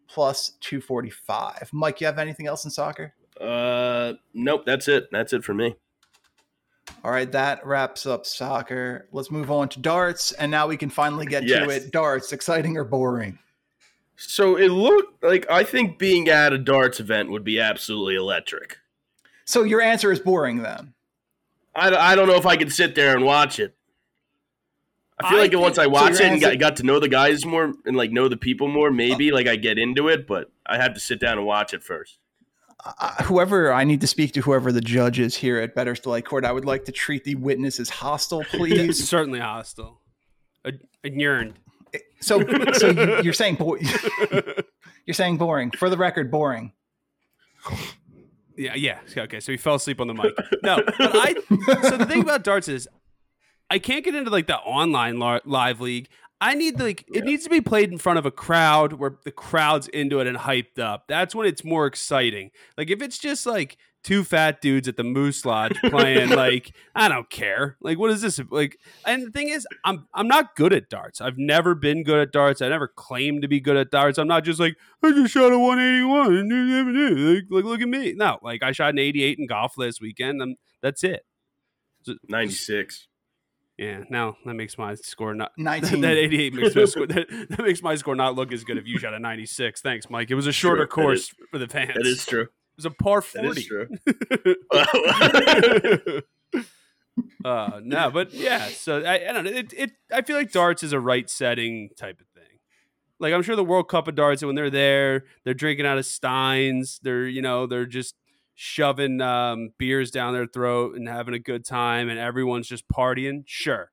B: plus 245. Mike, you have anything else in soccer?
D: Uh, nope, that's it. That's it for me.
B: All right, that wraps up soccer. Let's move on to darts. And now we can finally get to
D: Yes.
B: it. Darts, exciting or boring?
D: So it looked like I think being at a darts event would be absolutely electric.
B: So your answer is boring then.
D: I, I don't know if I could sit there and watch it. I feel
C: I
D: like
C: think-
D: once I
C: So
D: watch
B: you're
D: it and got,
B: asking-
D: got to know the guys more and like know the people more,
B: Oh.
D: maybe like I get into it, but I have to sit down and watch it first.
B: I, Uh, whoever I need to speak to, whoever the judge is here at Better Still Court, I would like to treat the witness as hostile, please.
C: Certainly hostile. And yearned.
B: So, so you- you're saying bo- you're saying boring. For the record, boring.
C: Yeah, yeah. Okay, so he fell asleep on the mic. No, but I. So the thing about darts is, I can't get into like the online li- live league. I need like it needs to be played in front of a crowd where the crowd's into it and hyped up. That's when it's more exciting. Like if it's just like two fat dudes at the Moose Lodge playing, like I don't care. Like what is this? Like and the thing is, I'm I'm not good at darts. I've never been good at darts. I never claimed to be good at darts. I'm not just like I just shot a 181. Like, like look at me. No, like I shot an 88 in golf last weekend. i that's it.
D: 96.
C: Yeah, now that makes my score not that,
B: Nineteen.
C: that 88 makes my score that, that makes my score not look as good if you shot a 96. Thanks, Mike. It was a shorter
D: True, that
C: course
D: is-
C: for the fans.
D: That is true.
C: it was a par
D: That
C: 40.
D: is true.
C: uh, no, but yeah. So I, I don't know. It, it I feel like darts is a right setting type of thing. Like I'm sure the World Cup of darts when they're there, they're drinking out of steins. They're you know they're just shoving um, beers down their throat and having a good time, and everyone's just partying. Sure.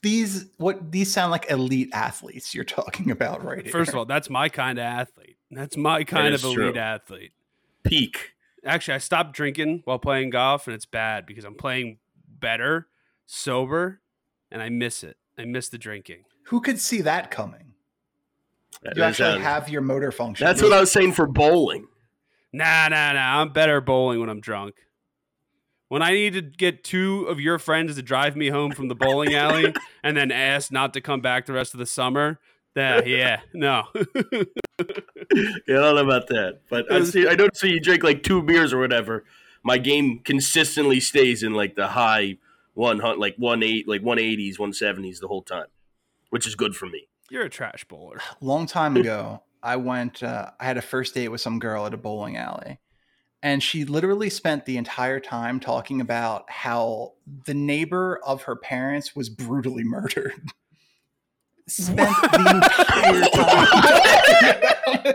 B: These what these sound like elite athletes you're talking about right here.
C: First of all, that's my kind of athlete. That's my kind of
D: is
C: elite
D: true.
C: athlete.
D: Peak.
C: Actually, I stopped drinking while playing golf, and it's bad because I'm playing better sober, and I miss it. I miss the drinking.
B: who could see that coming?
D: That
B: You
D: is
B: actually
D: how-
B: have your motor function.
D: that's what I was saying for bowling.
C: Nah, nah, nah. I'm better bowling when I'm drunk. When I need to get two of your friends to drive me home from the bowling alley and then ask not to come back the rest of the summer, then yeah, no.
D: Yeah, I don't know about that, but I see. I don't see you drink like two beers or whatever, my game consistently stays in like the high one hundred, like one eight, like one eighties, one seventies the whole time, which is good for me.
C: You're a trash bowler.
B: long time ago, I went. Uh, I had a first date with some girl at a bowling alley, and she literally spent the entire time talking about how the neighbor of her parents was brutally murdered. Spent the entire time.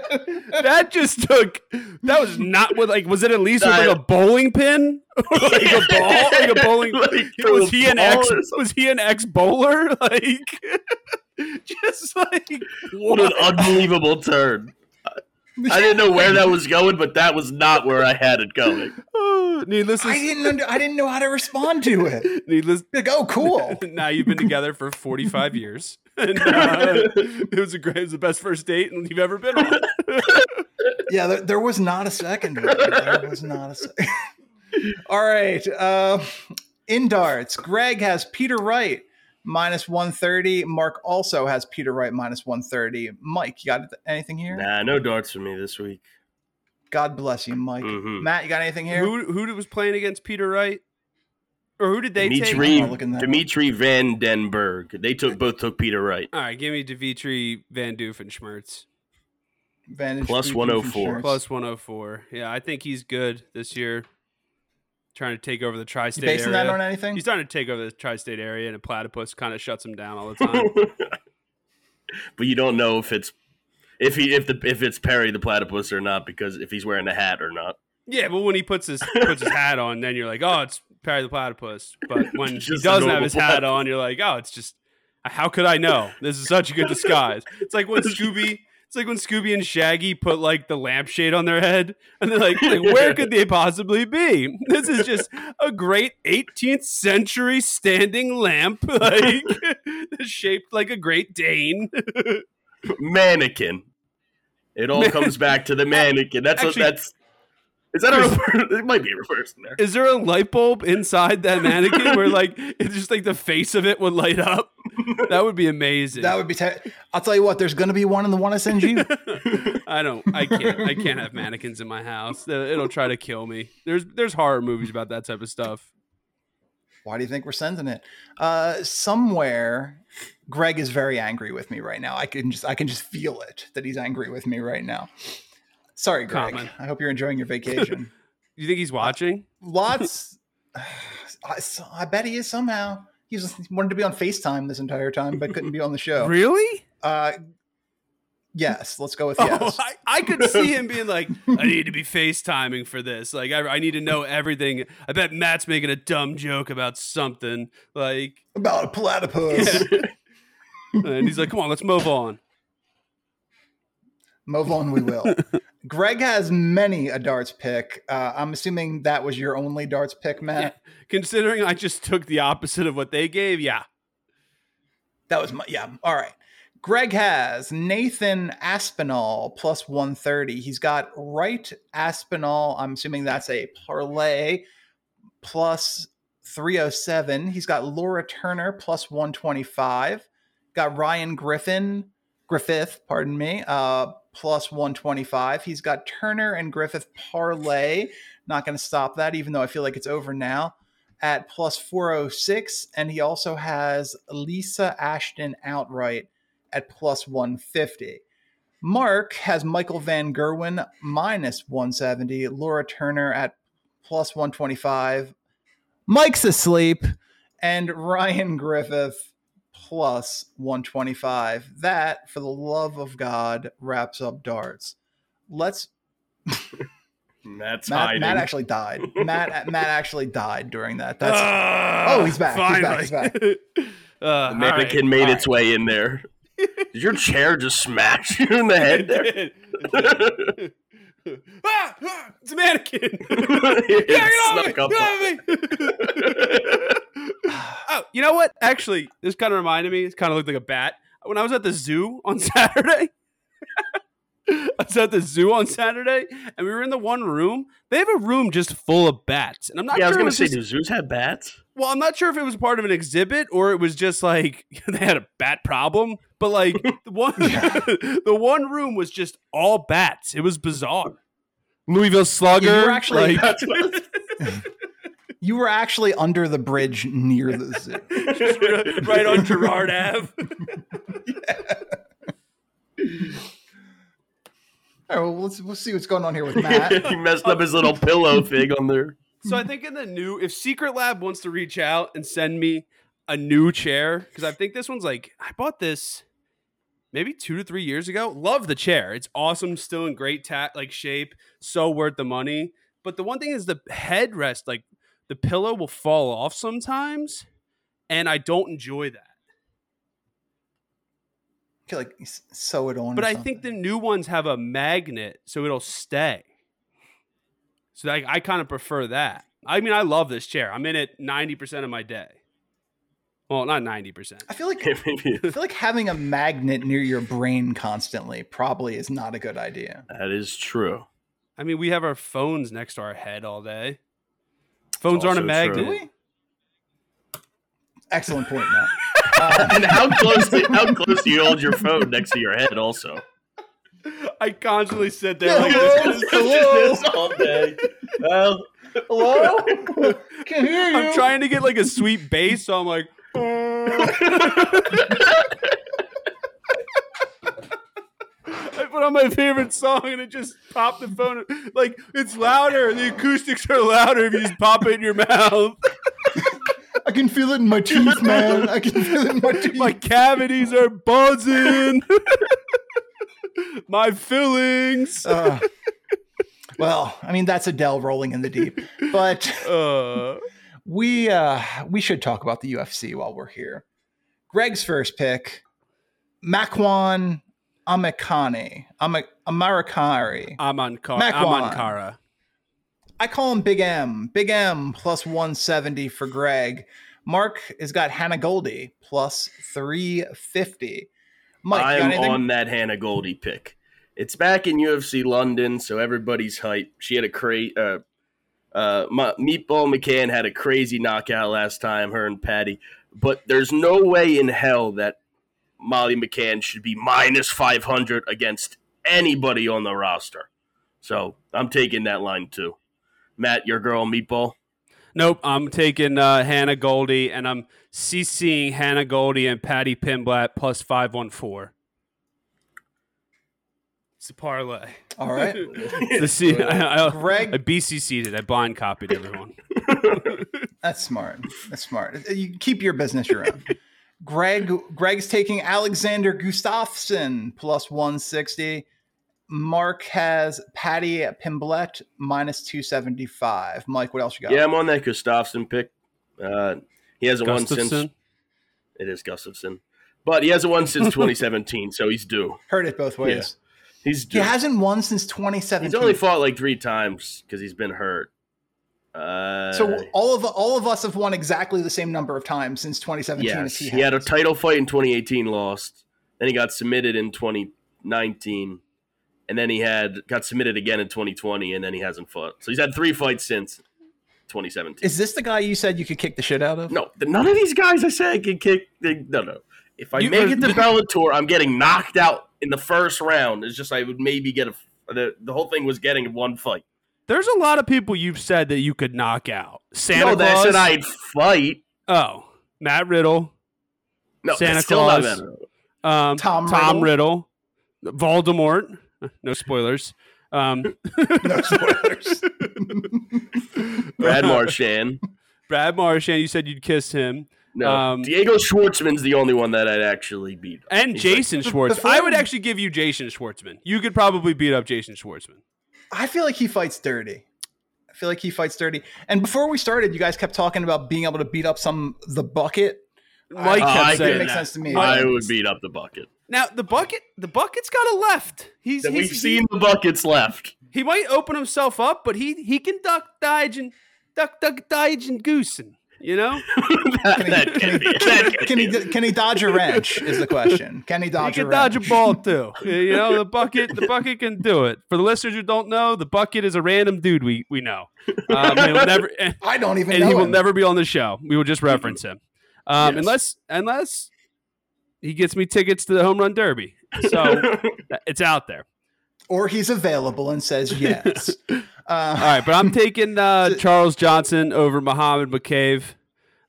C: That just took. That was not what like. Was it at least with like a bowling pin, Or like a ball, like a bowling?
D: Like, throw
C: Was
D: a
C: he an
D: ball
C: ex?
D: or something.
C: Was he an ex bowler? Like, just like
D: What an unbelievable turn! I didn't know where that was going, but that was not where I had it going.
C: Oh, needless to
B: I
C: s-
B: didn't. Under, I didn't know how to respond to it.
C: needless.
B: Like, oh, cool.
C: now you've been together for forty five years. And, uh, it was a great. It was the best first date you've ever been on.
B: Yeah, there, there was not a second. one. There was not a second. All right. Uh, in darts, Greg has Peter Wright minus 130. Mark also has Peter Wright minus 130. Mike, you got anything here?
D: Nah, no darts for me this week.
B: God bless you, Mike.
D: Mhm.
B: Matt, you got anything here?
C: Who who was playing against Peter Wright, or who did they take?
D: Dimitri,
B: I'm looking that up.
D: Dimitri Van Denberg. They took both took Peter Wright.
C: All right, give me Dimitri Van Doofenshmirtz.
B: Vantage
D: Plus
B: Boutique
D: 104.
B: Insurance.
C: Plus 104. Yeah, I think he's good this year. Trying to take over the
B: You
C: tri-state
B: basing that on
C: area.
B: anything?
C: He's trying to take over the tri-state area, and a platypus kind of shuts him down all the time.
D: But you don't know if it's if he if the if it's Perry the platypus or not because if he's wearing a hat or not.
C: yeah, but when he puts his puts his hat on, then you're like, oh, it's Perry the platypus. But when
D: It's
C: he
D: just a
C: doesn't have
D: normal
C: his hat on, you're like, oh, it's just. How could I know? This is such a good disguise. It's like when Scooby. It's like when Scooby and Shaggy put like the lampshade on their head, and they're like, like, "Where could they possibly be? This is just a great 18th century standing lamp, like shaped like a Great Dane."
D: Mannequin. It all comes back to the mannequin. That's
C: Actually-
D: what that's is that a reverse? It might be a reverse in there.
C: Is there a light bulb inside that mannequin where like it's just like the face of it would light up? That would be amazing.
B: that would be. Te- I'll tell you what. There's going to be one in the one I send you.
C: I don't. I can't. I can't have mannequins in my house. It'll it'll try to kill me. There's there's horror movies about that type of stuff.
B: Why do you think we're sending it? Uh, somewhere, Greg is very angry with me right now. I can just I can just feel it that he's angry with me right now. Sorry, Greg.
C: Common.
B: I hope you're enjoying your vacation.
C: You think he's watching?
B: Lots. I, so- I bet he is somehow. He was he wanted to be on Facetime this entire time, but couldn't be on the show.
C: Really?
B: Uh, yes, let's go with yes.
C: Oh, I, I could see him being like, I need to be FaceTiming for this. Like, I, I need to know everything. I bet Matt's making a dumb joke about something. Like,
B: About a platypus.
C: and he's like, come on, let's move on.
B: Move on, we will. Greg has many a darts pick. Uh, I'm assuming that was your only darts pick, Matt.
C: Considering I just took the opposite of what they gave, yeah.
B: That was my yeah. All right. Greg has Nathan Aspinall plus 130. He's got right Aspinall. I'm assuming that's a parlay plus 307. He's got Laura Turner plus 125. Got Ryan Griffin, Griffith, pardon me, uh, plus 125. He's got Turner and Griffith parlay. Not going to stop that, even though I feel like it's over now at plus 406 and he also has lisa ashton outright at plus 150 mark has michael van gerwen minus 170 laura turner at plus 125 mike's asleep and ryan griffith plus 125 that for the love of god wraps up darts let's
D: Matt's
B: matt,
D: hiding.
B: matt actually died matt matt actually died during that that's
C: Ah,
B: Oh, he's back, he's back, he's back.
C: finally. uh,
D: the mannequin made its way in there. Did your chair just smash you in the head there?
C: ah, ah, it's a mannequin.
D: It
C: Yeah, get
D: snuck
C: off
D: up
C: me!
D: on-
C: Get off me! oh, you know what? Actually, this kind of reminded me. It kind of looked like a bat. When I was at the zoo on Saturday, I was at the zoo on Saturday, and we were in the one room. They have a room just full of bats, and I'm not
D: Yeah, I was
C: sure.
D: gonna
C: if
D: say,
C: this-
D: do zoos have bats?
C: well, I'm not sure if it was part of an exhibit or it was just like they had a bat problem. But like the one,
B: Yeah.
C: the one room was just all bats. It was bizarre. Louisville Slugger,
B: You were actually-
C: like-
D: That's what I was-
B: You were actually under the bridge near the zoo.
C: Just r- right on Gerard Ave.
B: All right, well, let's we'll see what's going on here with Matt.
D: he messed up his little pillow thing on there.
C: So I think in the new, if Secret Lab wants to reach out and send me a new chair, because I think this one's like I bought this maybe two to three years ago. Love the chair; it's awesome, still in great ta- like shape, so worth the money. But the one thing is the headrest, like the pillow, will fall off sometimes, and I don't enjoy that.
B: Okay, like s- sew it on.
C: But
B: or
C: I
B: something.
C: think the new ones have a magnet, so it'll stay. So like, I kind of prefer that. I mean, I love this chair. I'm in it 90% of my day. Well, not 90%.
B: I feel like
D: Okay, maybe
B: I feel like having a magnet near your brain constantly probably is not a good idea.
D: that is true.
C: I mean, we have our phones next to our head all day. Phones aren't a
D: also
C: magnet.
D: true.
B: Do we? Excellent point, Matt. Uh,
D: And how close? How close do you hold your phone next to your head? Also,
C: I constantly sit there like
B: Hello?
C: this.
B: Hello?
D: Just all day. Well,
B: Hello? Can hear you.
C: I'm trying to get like a sweet bass, so I'm like, I put on my favorite song and it just popped the phone. Like it's louder. The acoustics are louder if you just pop it in your mouth.
B: I can feel it in my teeth, man. I can feel it in my teeth.
C: My cavities are buzzing. my fillings.
B: Uh, well, I mean that's Adele rolling in the deep, but
C: Uh,
B: we uh, we should talk about the UFC while we're here. Greg's first pick, Makwan Amikane, Ama- Amerikari.
C: I'm on Kara.
B: Mac
C: I'm on
B: Wan.
C: Kara.
B: I call him Big M. Big M plus 170 for Greg. Mark has got Hannah Goldie plus 350. Mike, you got
D: I'm
B: anything?
D: on that Hannah Goldie pick. It's back in UFC London, so everybody's hype. She had a crazy. Uh, uh, Ma- Meatball McCann had a crazy knockout last time, her and Patty. But there's no way in hell that Molly McCann should be minus 500 against anybody on the roster. So I'm taking that line too. Matt, your girl, Meatball.
C: Nope, I'm taking uh, Hannah Goldie, and I'm CCing Hannah Goldie and Patty Pimblatt plus five one four. It's a parlay.
B: All right.
C: It's the C- I, I,
B: Greg-
C: I BCC'd it. I blind copied everyone.
B: That's smart. That's smart. You keep your business your own. Greg Greg's taking Alexander Gustafsson plus 160. Mark has Patty Pimblett minus 275. Mike, what else you got?
D: Yeah, I'm on that Gustafsson pick. Uh, he hasn't won since
C: Gustafson.
D: It is Gustafson. But he hasn't won since 2017, so he's due.
B: Heard it both ways.
D: He's
B: He
D: due.
B: hasn't won since 2017.
D: he's only fought like three times because he's been hurt. Uh,
B: So all of all of us have won exactly the same number of times since 2017
D: yes,
B: as he
D: he,
B: has.
D: had a title fight in 2018, lost. Then he got submitted in 2019, and then he had got submitted again in 2020, and then he hasn't fought. So he's had three fights since 2017.
B: Is this the guy you said you could kick the shit out of?
D: no, the, none of these guys I said I can kick. They, no, no. If I
C: You-
D: make it to Bellator, I'm getting knocked out in the first round. It's just I would maybe get a. The, the whole thing was getting one fight.
C: There's a lot of people you've said that you could knock out. Santa
D: no, they
C: Claus.
D: said I'd fight.
C: oh, Matt Riddle.
D: No,
C: Santa
D: that's still not
C: Claus.
D: better.
C: Um,
B: Tom
C: Riddle. Voldemort. No spoilers. Um,
B: No spoilers.
D: Brad Marchand.
C: Brad Marchand, you said you'd kiss him,
D: No,
C: Um,
D: Diego Schwartzman's the only one that I'd actually beat.
C: and
D: He's like-
C: Jason Schwartz.
B: before-
C: I would actually give you Jason Schwartzman. You could probably beat up Jason Schwartzman.
B: I feel like he fights dirty. I feel like he fights dirty. And before we started, you guys kept talking about being able to beat up some the bucket.
C: Mike kept
D: Oh, I
C: saying
D: get
C: that.
B: Makes sense to me.
D: I would beat up the bucket.
C: Now the bucket, the bucket's got a left. He's,
D: That
C: he's
D: We've seen the buckets left.
C: he, he might open himself up, but he he can duck, dodge, and duck, duck, dodge, and goosing. You know,
D: that, that can be. That
B: Can he can he dodge a wrench? Is the question. Can he
C: he
B: dodge a
C: can
B: wrench?
C: dodge a ball too. You know, the bucket, the bucket can do it. For the listeners who don't know, the bucket is a random dude we we know. Um, and we'll never,
B: I don't even
C: and
B: know.
C: he will
B: him.
C: never be on the show. We will just reference him, um,
D: Yes.
C: unless unless he gets me tickets to the home run derby. So it's out there.
B: or he's available and says yes.
C: All
B: uh,
C: right, but I'm taking uh, Charles Johnson over Muhammad McCave.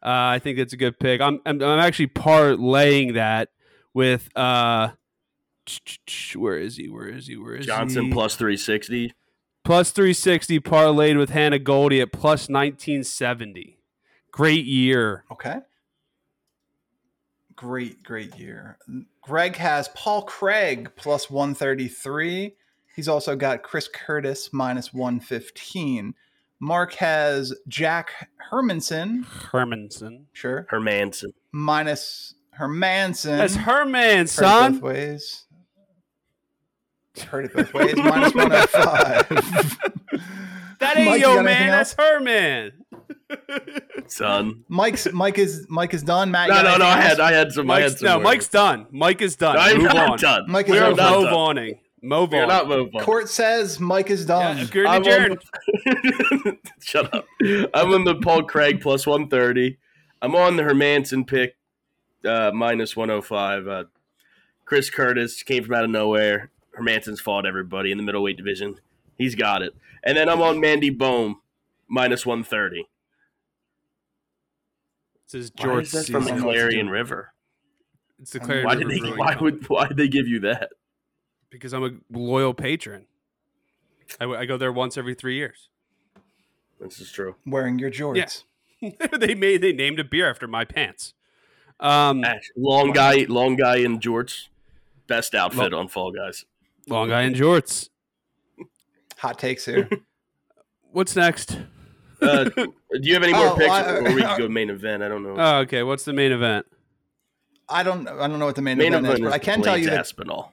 C: Uh, I think that's a good pick. I'm I'm, I'm actually parlaying that with uh, where is he? Where is he? Where is
D: Johnson
C: he?
D: plus 360.
C: plus 360 parlayed with Hannah Goldie at plus 1970. Great year.
B: okay. Great, great year. Greg has Paul Craig plus 133. He's also got Chris Curtis minus 115. Mark has Jack Hermanson,
C: Hermanson.
B: sure,
D: Hermanson.
B: minus Hermanson.
C: That's
B: Heard it
C: Herman,
B: both
C: son.
B: ways. Heard it both ways. minus 105.
C: That ain't
B: Mike, you
C: yo
B: got anything
C: man.
B: else?
C: That's Herman.
D: Son.
B: Mike's Mike is Mike is done. Matt, you
D: No,
B: got
D: no, no. I
B: anything else?
D: had, I had some. I had
C: Mike's
D: some
C: no.
D: words.
C: Mike's done. Mike is done.
D: I'm
C: Move
D: not
C: on.
D: done.
B: Mike is
D: we are
B: over.
C: Move
D: not done.
C: oning. Move
D: We are
C: on.
D: not move on.
B: Court says Mike is done.
C: Yeah, good
D: I'm on
C: adjourn.
D: the- Shut up. I'm on the Paul Craig plus 130. I'm on the Hermanson pick uh, minus 105. Uh, Chris Curtis came from out of nowhere. Hermanson's fought everybody in the middleweight division. He's got it. And then I'm on Mandy Bohm minus 130.
C: This is
D: Why
C: George
D: is that from the
C: Cecil.
D: Clarion River.
C: It's the
B: Why
C: Clarion
D: Why
C: River
D: did they?
C: Brewing
D: Why
C: Company.
D: would? Why did they give you that?
C: Because I'm a loyal patron. I, w- I go there once every three years.
D: This is true.
B: Wearing your jorts.
C: Yeah. they made they named a beer after my pants. Um,
D: Ash, long guy, long guy in jorts. Best outfit on Fall Guys.
C: long guy in jorts.
B: Hot takes here.
C: What's next?
D: Uh, do you have any more
B: Oh,
D: picks,
B: I-
D: or we can go main event? I don't know.
C: Oh, okay, what's the main event?
B: I don't I don't know what the main,
D: main
B: event, is,
D: event is
B: but I can tell
D: Blaze
B: you that.
D: Aspinall.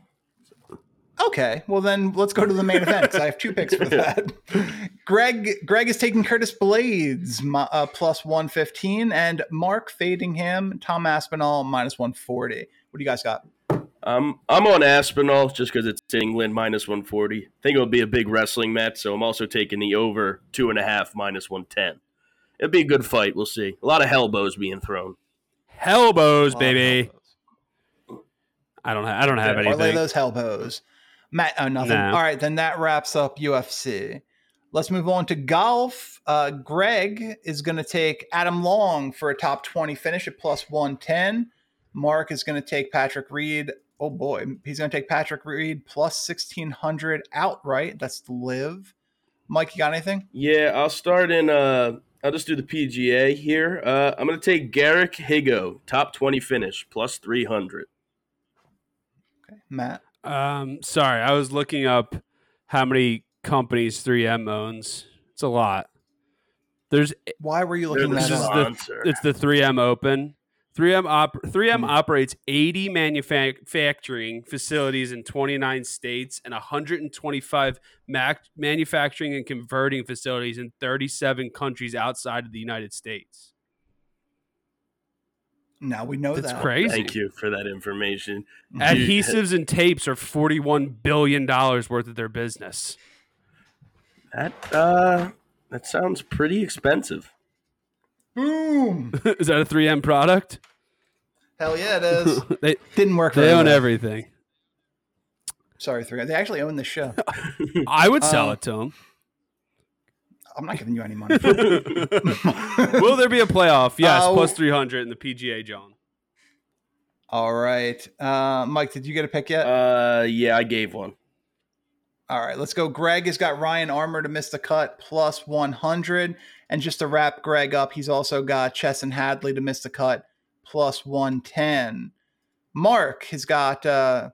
B: Okay, well then let's go to the main event 'cause I have two picks for that. Greg Greg is taking Curtis Blades mi- uh, plus one fifteen, and Mark fading him. Tom Aspinall minus one forty. What do you guys got?
D: Um, I'm on Aspinall just because it's England minus 140. I think it'll be a big wrestling match, so I'm also taking the over two and a half minus 110. It'll be a good fight. We'll see. A lot of elbows being thrown.
C: Hellbows,
B: Oh,
C: baby.
B: hellbows.
C: I don't have I don't have
D: Yeah,
B: Parlay
C: anything.
B: those hellbows. Matt, oh, nothing.
C: Nah.
B: All right, then that wraps up UFC. Let's move on to golf. Uh, Greg is going to take Adam Long for a top 20 finish at plus 110. Mark is going to take Patrick Reed. Oh boy, he's going to take Patrick Reed plus 1600 outright. That's the live. Mike, you got anything?
D: Yeah, I'll start in. Uh, I'll just do the PGA here. Uh, I'm going to take Garrick Higo, top 20 finish, plus 300.
B: Okay, Matt.
C: Um, sorry, I was looking up how many companies 3M owns. It's a lot. There's
B: Why were you
D: They're
B: looking
D: the
B: that
C: is
B: up?
C: the-
D: sponsor.
C: it's the 3M Open. 3M op- 3M
B: Hmm.
C: operates 80 manufacturing facilities in 29 states and 125 mac- manufacturing and converting facilities in 37 countries outside of the United States.
B: Now we know
C: That's
B: that.
C: crazy.
D: Thank you for that information.
C: Adhesives and tapes are 41 billion dollars worth of their business.
D: That uh, that sounds pretty expensive.
B: Boom.
C: Is that a 3M product?
B: Hell yeah, it is.
C: they
B: Didn't work.
C: they
B: very
C: own
B: well.
C: everything.
B: Sorry, three. They actually own the show.
C: I would sell
B: Um,
C: it to them.
B: I'm not giving you any money.
C: Will there be a playoff? Yes,
B: Uh,
C: plus 300 in the PGA, John.
B: All right. Uh, Mike, did you get a pick yet?
D: Uh, yeah, I gave one.
B: All right, let's go. Greg has got Ryan Armour to miss the cut plus 100. And just to wrap Greg up, he's also got Chesson Hadley to miss the cut plus 110. Mark has got uh,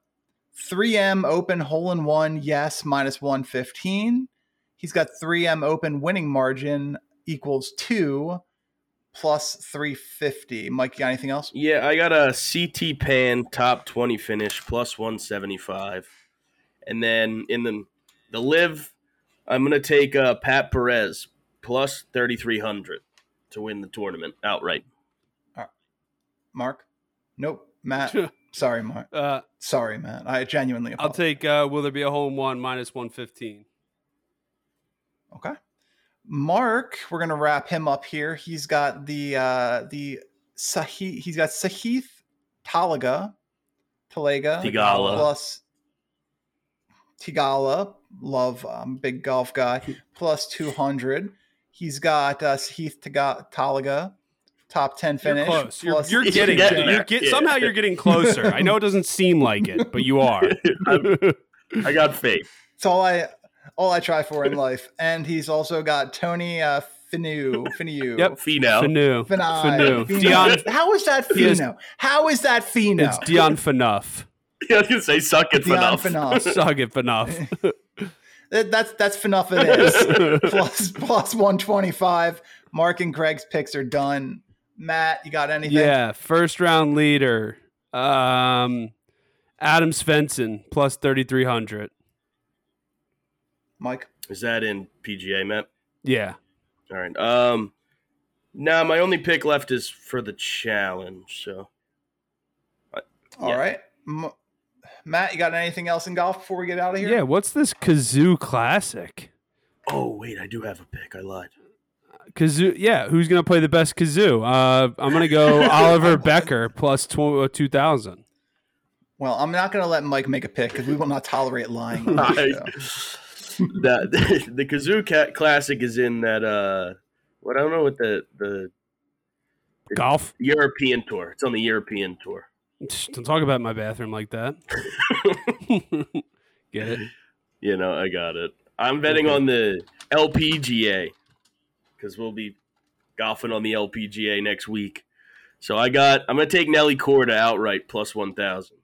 B: 3M open hole in one, yes, minus 115. He's got 3M open winning margin equals two plus 350. Mike, you got anything else?
D: Yeah, I got a CT Pan top 20 finish plus 175. And then in the the live, I'm going to take uh, Pat Perez plus 3300 to win the tournament outright.
B: Mark? Nope. Matt? Sorry, Mark.
C: Uh,
B: Sorry, Matt. I genuinely
C: I'll
B: apologize.
C: take uh, will there be a home one minus 115.
B: Okay. Mark, we're gonna wrap him up here. He's got the uh the Sahith he's got Sahith Talaga Talaga
D: Tagala.
B: plus Tigala, love, um, big golf guy, plus 200. He's got uh, Heath Tiga- Talaga, top 10
C: You're
B: finish.
C: close. You're,
B: plus
C: you're
D: You're
C: getting,
D: getting
C: there.
D: there.
C: You get,
D: Yeah.
C: Somehow you're getting closer. I know it doesn't seem like it, but you are.
D: I got faith.
B: It's all I all I try for in life. And he's also got Tony uh, Finu. Finu.
C: Yep.
D: Finau.
C: Finu.
B: Finai.
C: Finu. Dion,
B: How is that
C: He is-
B: Fino? How is that Fino?
C: It's Dion Phaneuf.
D: Yeah, I was gonna say suck it for
B: Dion
D: enough.
B: Phaneuf.
C: Suck it, Phaneuf.
B: That- that's that's Finoff it is. plus plus one twenty five. Mark and Greg's picks are done. Matt, you got anything?
C: Yeah, first round leader. Um, Adam Svensson plus thirty three hundred.
B: Mike.
D: Is that in PGA, Matt?
C: Yeah,
D: All right. Um, now my only pick left is for the challenge. So
B: All
D: Yeah.
B: right. M- Matt, you got anything else in golf before we get out of here?
C: yeah. What's this Kazoo Classic?
D: oh wait, I do have a pick. I lied.
C: Kazoo, yeah. Who's gonna play the best kazoo? Uh, I'm gonna go Oliver Becker plus tw- uh, two thousand.
B: Well, I'm not going to let Mike make a pick because we will not tolerate lying. on this show.
D: that the Kazoo Cat Classic is in that. Uh, what I don't know what the the
C: Golf.
D: European tour. It's on the European tour.
C: Don't talk about my bathroom like that. Get it?
D: You know, I got it. I'm betting
C: Okay.
D: on the LPGA because we'll be golfing on the LPGA next week. So I got. I'm gonna take Nelly Korda outright plus one thousand.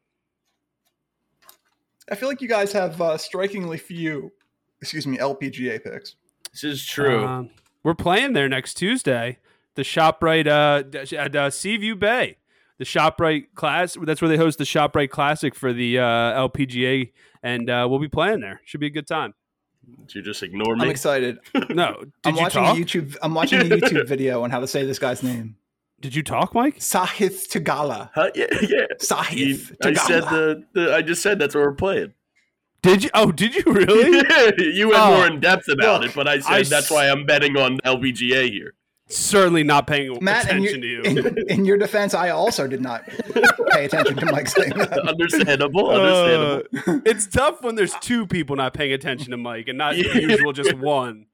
B: I feel like you guys have uh, strikingly few, excuse me, LPGA picks.
D: This is true.
C: Um, we're playing there next Tuesday. The Shoprite uh, d- at uh, Seaview Bay. The Shoprite class. That's where they host the Shoprite Classic for the uh, LPGA, and uh, we'll be playing there. Should be a good time.
D: Did you just ignore
B: I'm
D: me?
B: excited.
C: No, did
B: I'm
C: you
B: watching
C: talk?
B: a YouTube. I'm watching a YouTube video on how to say this guy's name.
C: Did you talk, Mike?
B: Sahith Tagala.
D: Huh? Yeah, yeah. You-
B: Sahith
D: I
B: Tagala.
D: said the, the. I just said that's what we're playing.
C: Did you? Oh, did you really?
D: you went
C: Oh,
D: more in depth about
B: look,
D: it, but I said
C: I s-
D: that's why I'm betting on LBGA here.
C: Certainly not paying
B: Matt, in your,
C: attention to you.
B: in, in your defense, I also did not pay attention to Mike saying that.
D: understandable.
C: Uh,
D: Understandable.
C: it's tough when there's two people not paying attention to Mike and not
D: Yeah.
C: the usual just one.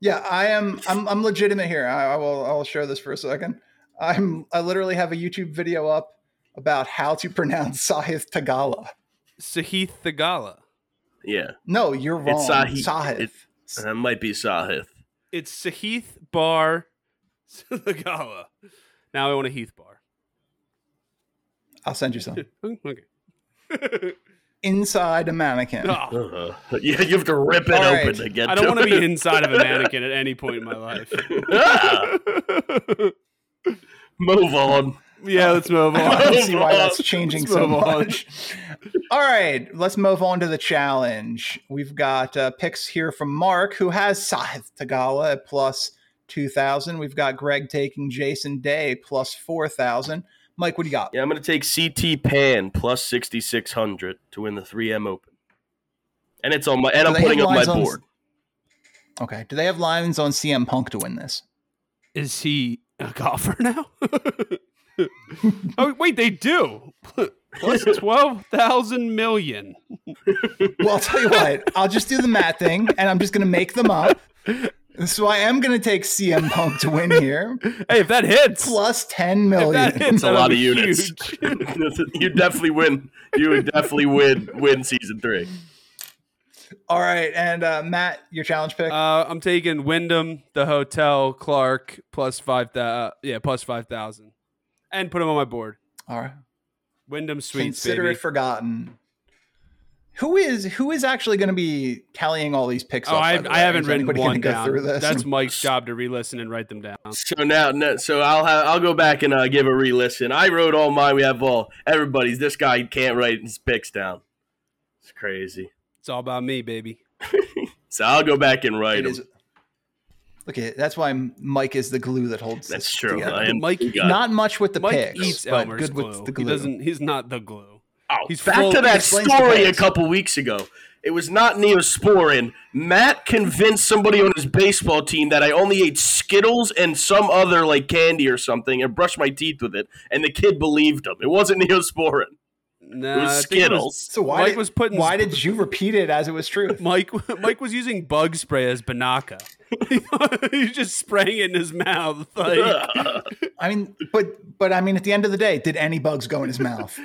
B: Yeah, I am. I'm, I'm legitimate here. I, I will. I'll share this for a second. I'm. I literally have a YouTube video up about how to pronounce Sahith Tagala.
C: Sahith Thagala.
D: yeah,
B: No, you're wrong.
D: It's
B: Sahith.
D: Sahith. that might be Sahith.
C: It's Sahith Bar Sagala. Now I want a Heath bar. Mm,
B: I'll send you some.
C: Okay.
B: Inside a mannequin.
C: Oh,
D: Uh, yeah, you have to rip it
B: All right.
D: open to get.
C: I don't
D: to
C: want to be
D: it.
C: inside of a mannequin at any point in my life.
D: Ah, move on.
C: yeah, let's move
B: I
C: on.
B: don't see why that's changing
C: Let's
B: so
C: move on.
B: much. All right, let's move on to the challenge. We've got uh, picks here from Mark, who has Sahith Tagala at plus 2,000. We've got Greg taking Jason Day plus 4,000. Mike, what do you got?
D: Yeah, I'm gonna take CT Pan plus sixty six hundred to win the three M Open, and it's on my
B: Do
D: and I'm
B: they
D: putting
B: have
D: up my
B: lines on-
D: board.
B: Okay, do they have lines on CM Punk to win this?
C: Is he a golfer now? oh wait, they do. Plus twelve thousand million.
B: Well, I'll tell you what, I'll just do the Matt thing, and I'm just going to make them up. So I am going to take CM Punk to win here,
C: Hey, if that hits,
B: plus 10
C: if
B: million.
C: that hits,
D: It's a lot
C: that'll be
D: of units.
C: huge.
D: you definitely win. You would definitely win. Win season three.
B: All right, and uh, Matt, your challenge pick.
C: Uh, I'm taking Wyndham, the hotel, Clark plus five thousand. Yeah, plus five thousand, and put them on my board.
B: All right.
C: Wyndham Suites,
B: Consider
C: baby.
B: it forgotten. Who is who is actually going to be tallying all these picks?
C: oh,
B: up,
C: I,
B: by the
C: I
B: way?
C: haven't
B: Is
C: written
B: anybody gonna
C: one
B: go
C: down.
B: through this?
C: That's Mike's job to re-listen and write them down.
D: So now, no- so I'll have, I'll go back and uh, give a re-listen. I wrote all mine. We have all everybody's. This guy can't write his picks down. It's crazy.
C: It's all about me, baby.
D: So I'll go back and write
B: It
D: them.
B: is- Look at that's why Mike is the glue that holds.
D: That's
B: this
D: true.
B: together.
D: I am
C: Mike-
D: you got it.
B: Not much with the
C: Mike
B: picks,
C: eats
B: but
C: Elmer's
B: good
C: glue.
B: with the glue.
C: He doesn't. He's not the glue.
D: Oh,
C: He's
D: back
C: full-
D: to
C: he
D: that
B: explains the
D: story a
B: past.
D: couple weeks ago. It was not Neosporin. Matt convinced somebody on his baseball team that I only ate Skittles and some other like candy or something and brushed my teeth with it, and the kid believed him. It wasn't Neosporin.
C: No, Uh,
D: was
C: I think it
D: Skittles.
B: So why
C: Mike
B: did,
C: was putting-
B: Why did you repeat it as it was true?
C: Mike Mike was using bug spray as banaka. He's just spraying it in his mouth. Like,
B: I mean, but but I mean, at the end of the day, did any bugs go in his mouth?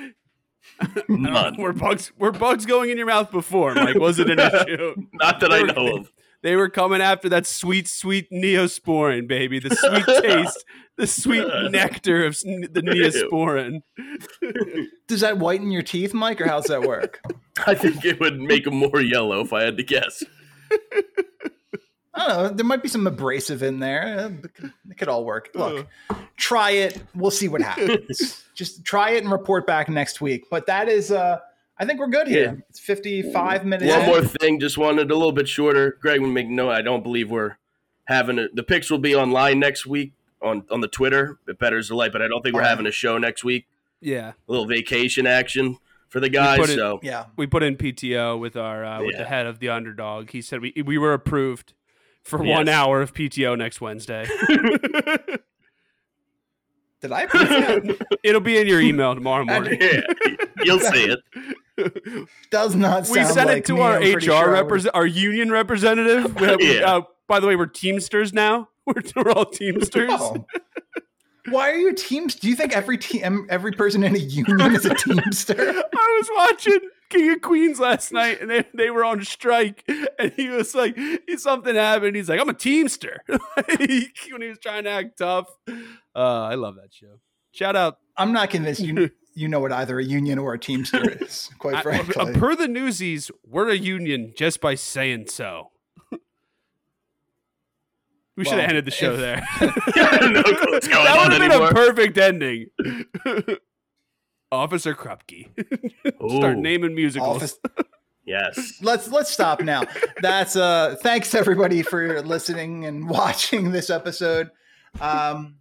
D: None.
C: were bugs were bugs going in your mouth before? Mike was it an issue?
D: Not that I know of.
C: They were coming after that sweet, sweet neosporin, baby. The sweet taste, the sweet nectar of s- the neosporin.
B: Does that whiten your teeth, Mike, or how's that work?
D: I think it would make them more yellow if I had to guess.
B: I don't know. There might be some abrasive in there. Uh, It could- It could all work.
C: Uh.
B: Look, try it. We'll see what happens. Just try it and report back next week. But that is, uh, I think we're good here.
D: Yeah.
B: It's 55 minutes.
D: One
B: in.
D: more thing, just wanted a little bit shorter. Greg would make no. I don't believe we're having a, the picks will be online next week on on the Twitter. It betters the light, but I don't think we're
B: All right.
D: having a show next week.
C: Yeah,
D: A little vacation action for the guys.
C: put it-
D: so
B: Yeah.
C: we put in PTO with our uh, with the
D: Yeah.
C: head of the underdog. He said we we were approved for one
D: Yes.
C: hour of PTO next Wednesday.
B: Did I? approve that?
C: It'll be in your email tomorrow morning.
D: yeah, you'll see it.
B: Does not sound
C: we sent
B: like
C: it to
B: me.
C: our
B: I'm pretty
C: HR
B: sure I would-
C: represent our union representative. We- we-
D: Yeah.
C: uh, by the way, we're Teamsters now. We're, we're all Teamsters.
B: Oh. Why are you teams? Do you think every team, every person in a union is a teamster?
C: I was watching King of Queens last night, and they, they were on strike, and he was like, he- something happened. He's like, I'm a Teamster. Like, when he was trying to act tough. Uh, I love that show. Shout out.
B: I'm not convinced you you know what either a union or a teamster is. Quite
C: I-
B: frankly,
C: uh, per the newsies, we're a union just by saying so. We should
B: Well,
C: have ended the show
B: if-
C: there.
D: I don't know what's going
C: that
D: on
C: would have been
D: anymore.
C: a perfect ending. Officer Krupke. Start
D: Ooh,
C: naming musicals.
B: office
D: Yes.
B: let's let's stop now. That's uh thanks everybody for listening and watching this episode. Um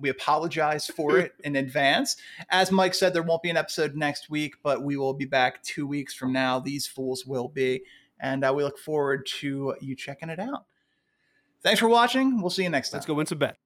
B: we apologize for it in advance. As Mike said, there won't be an episode next week, but we will be back two weeks from now. These fools will be. And uh, we look forward to you checking it out. Thanks for watching. We'll see you next time.
C: Let's go win some bets.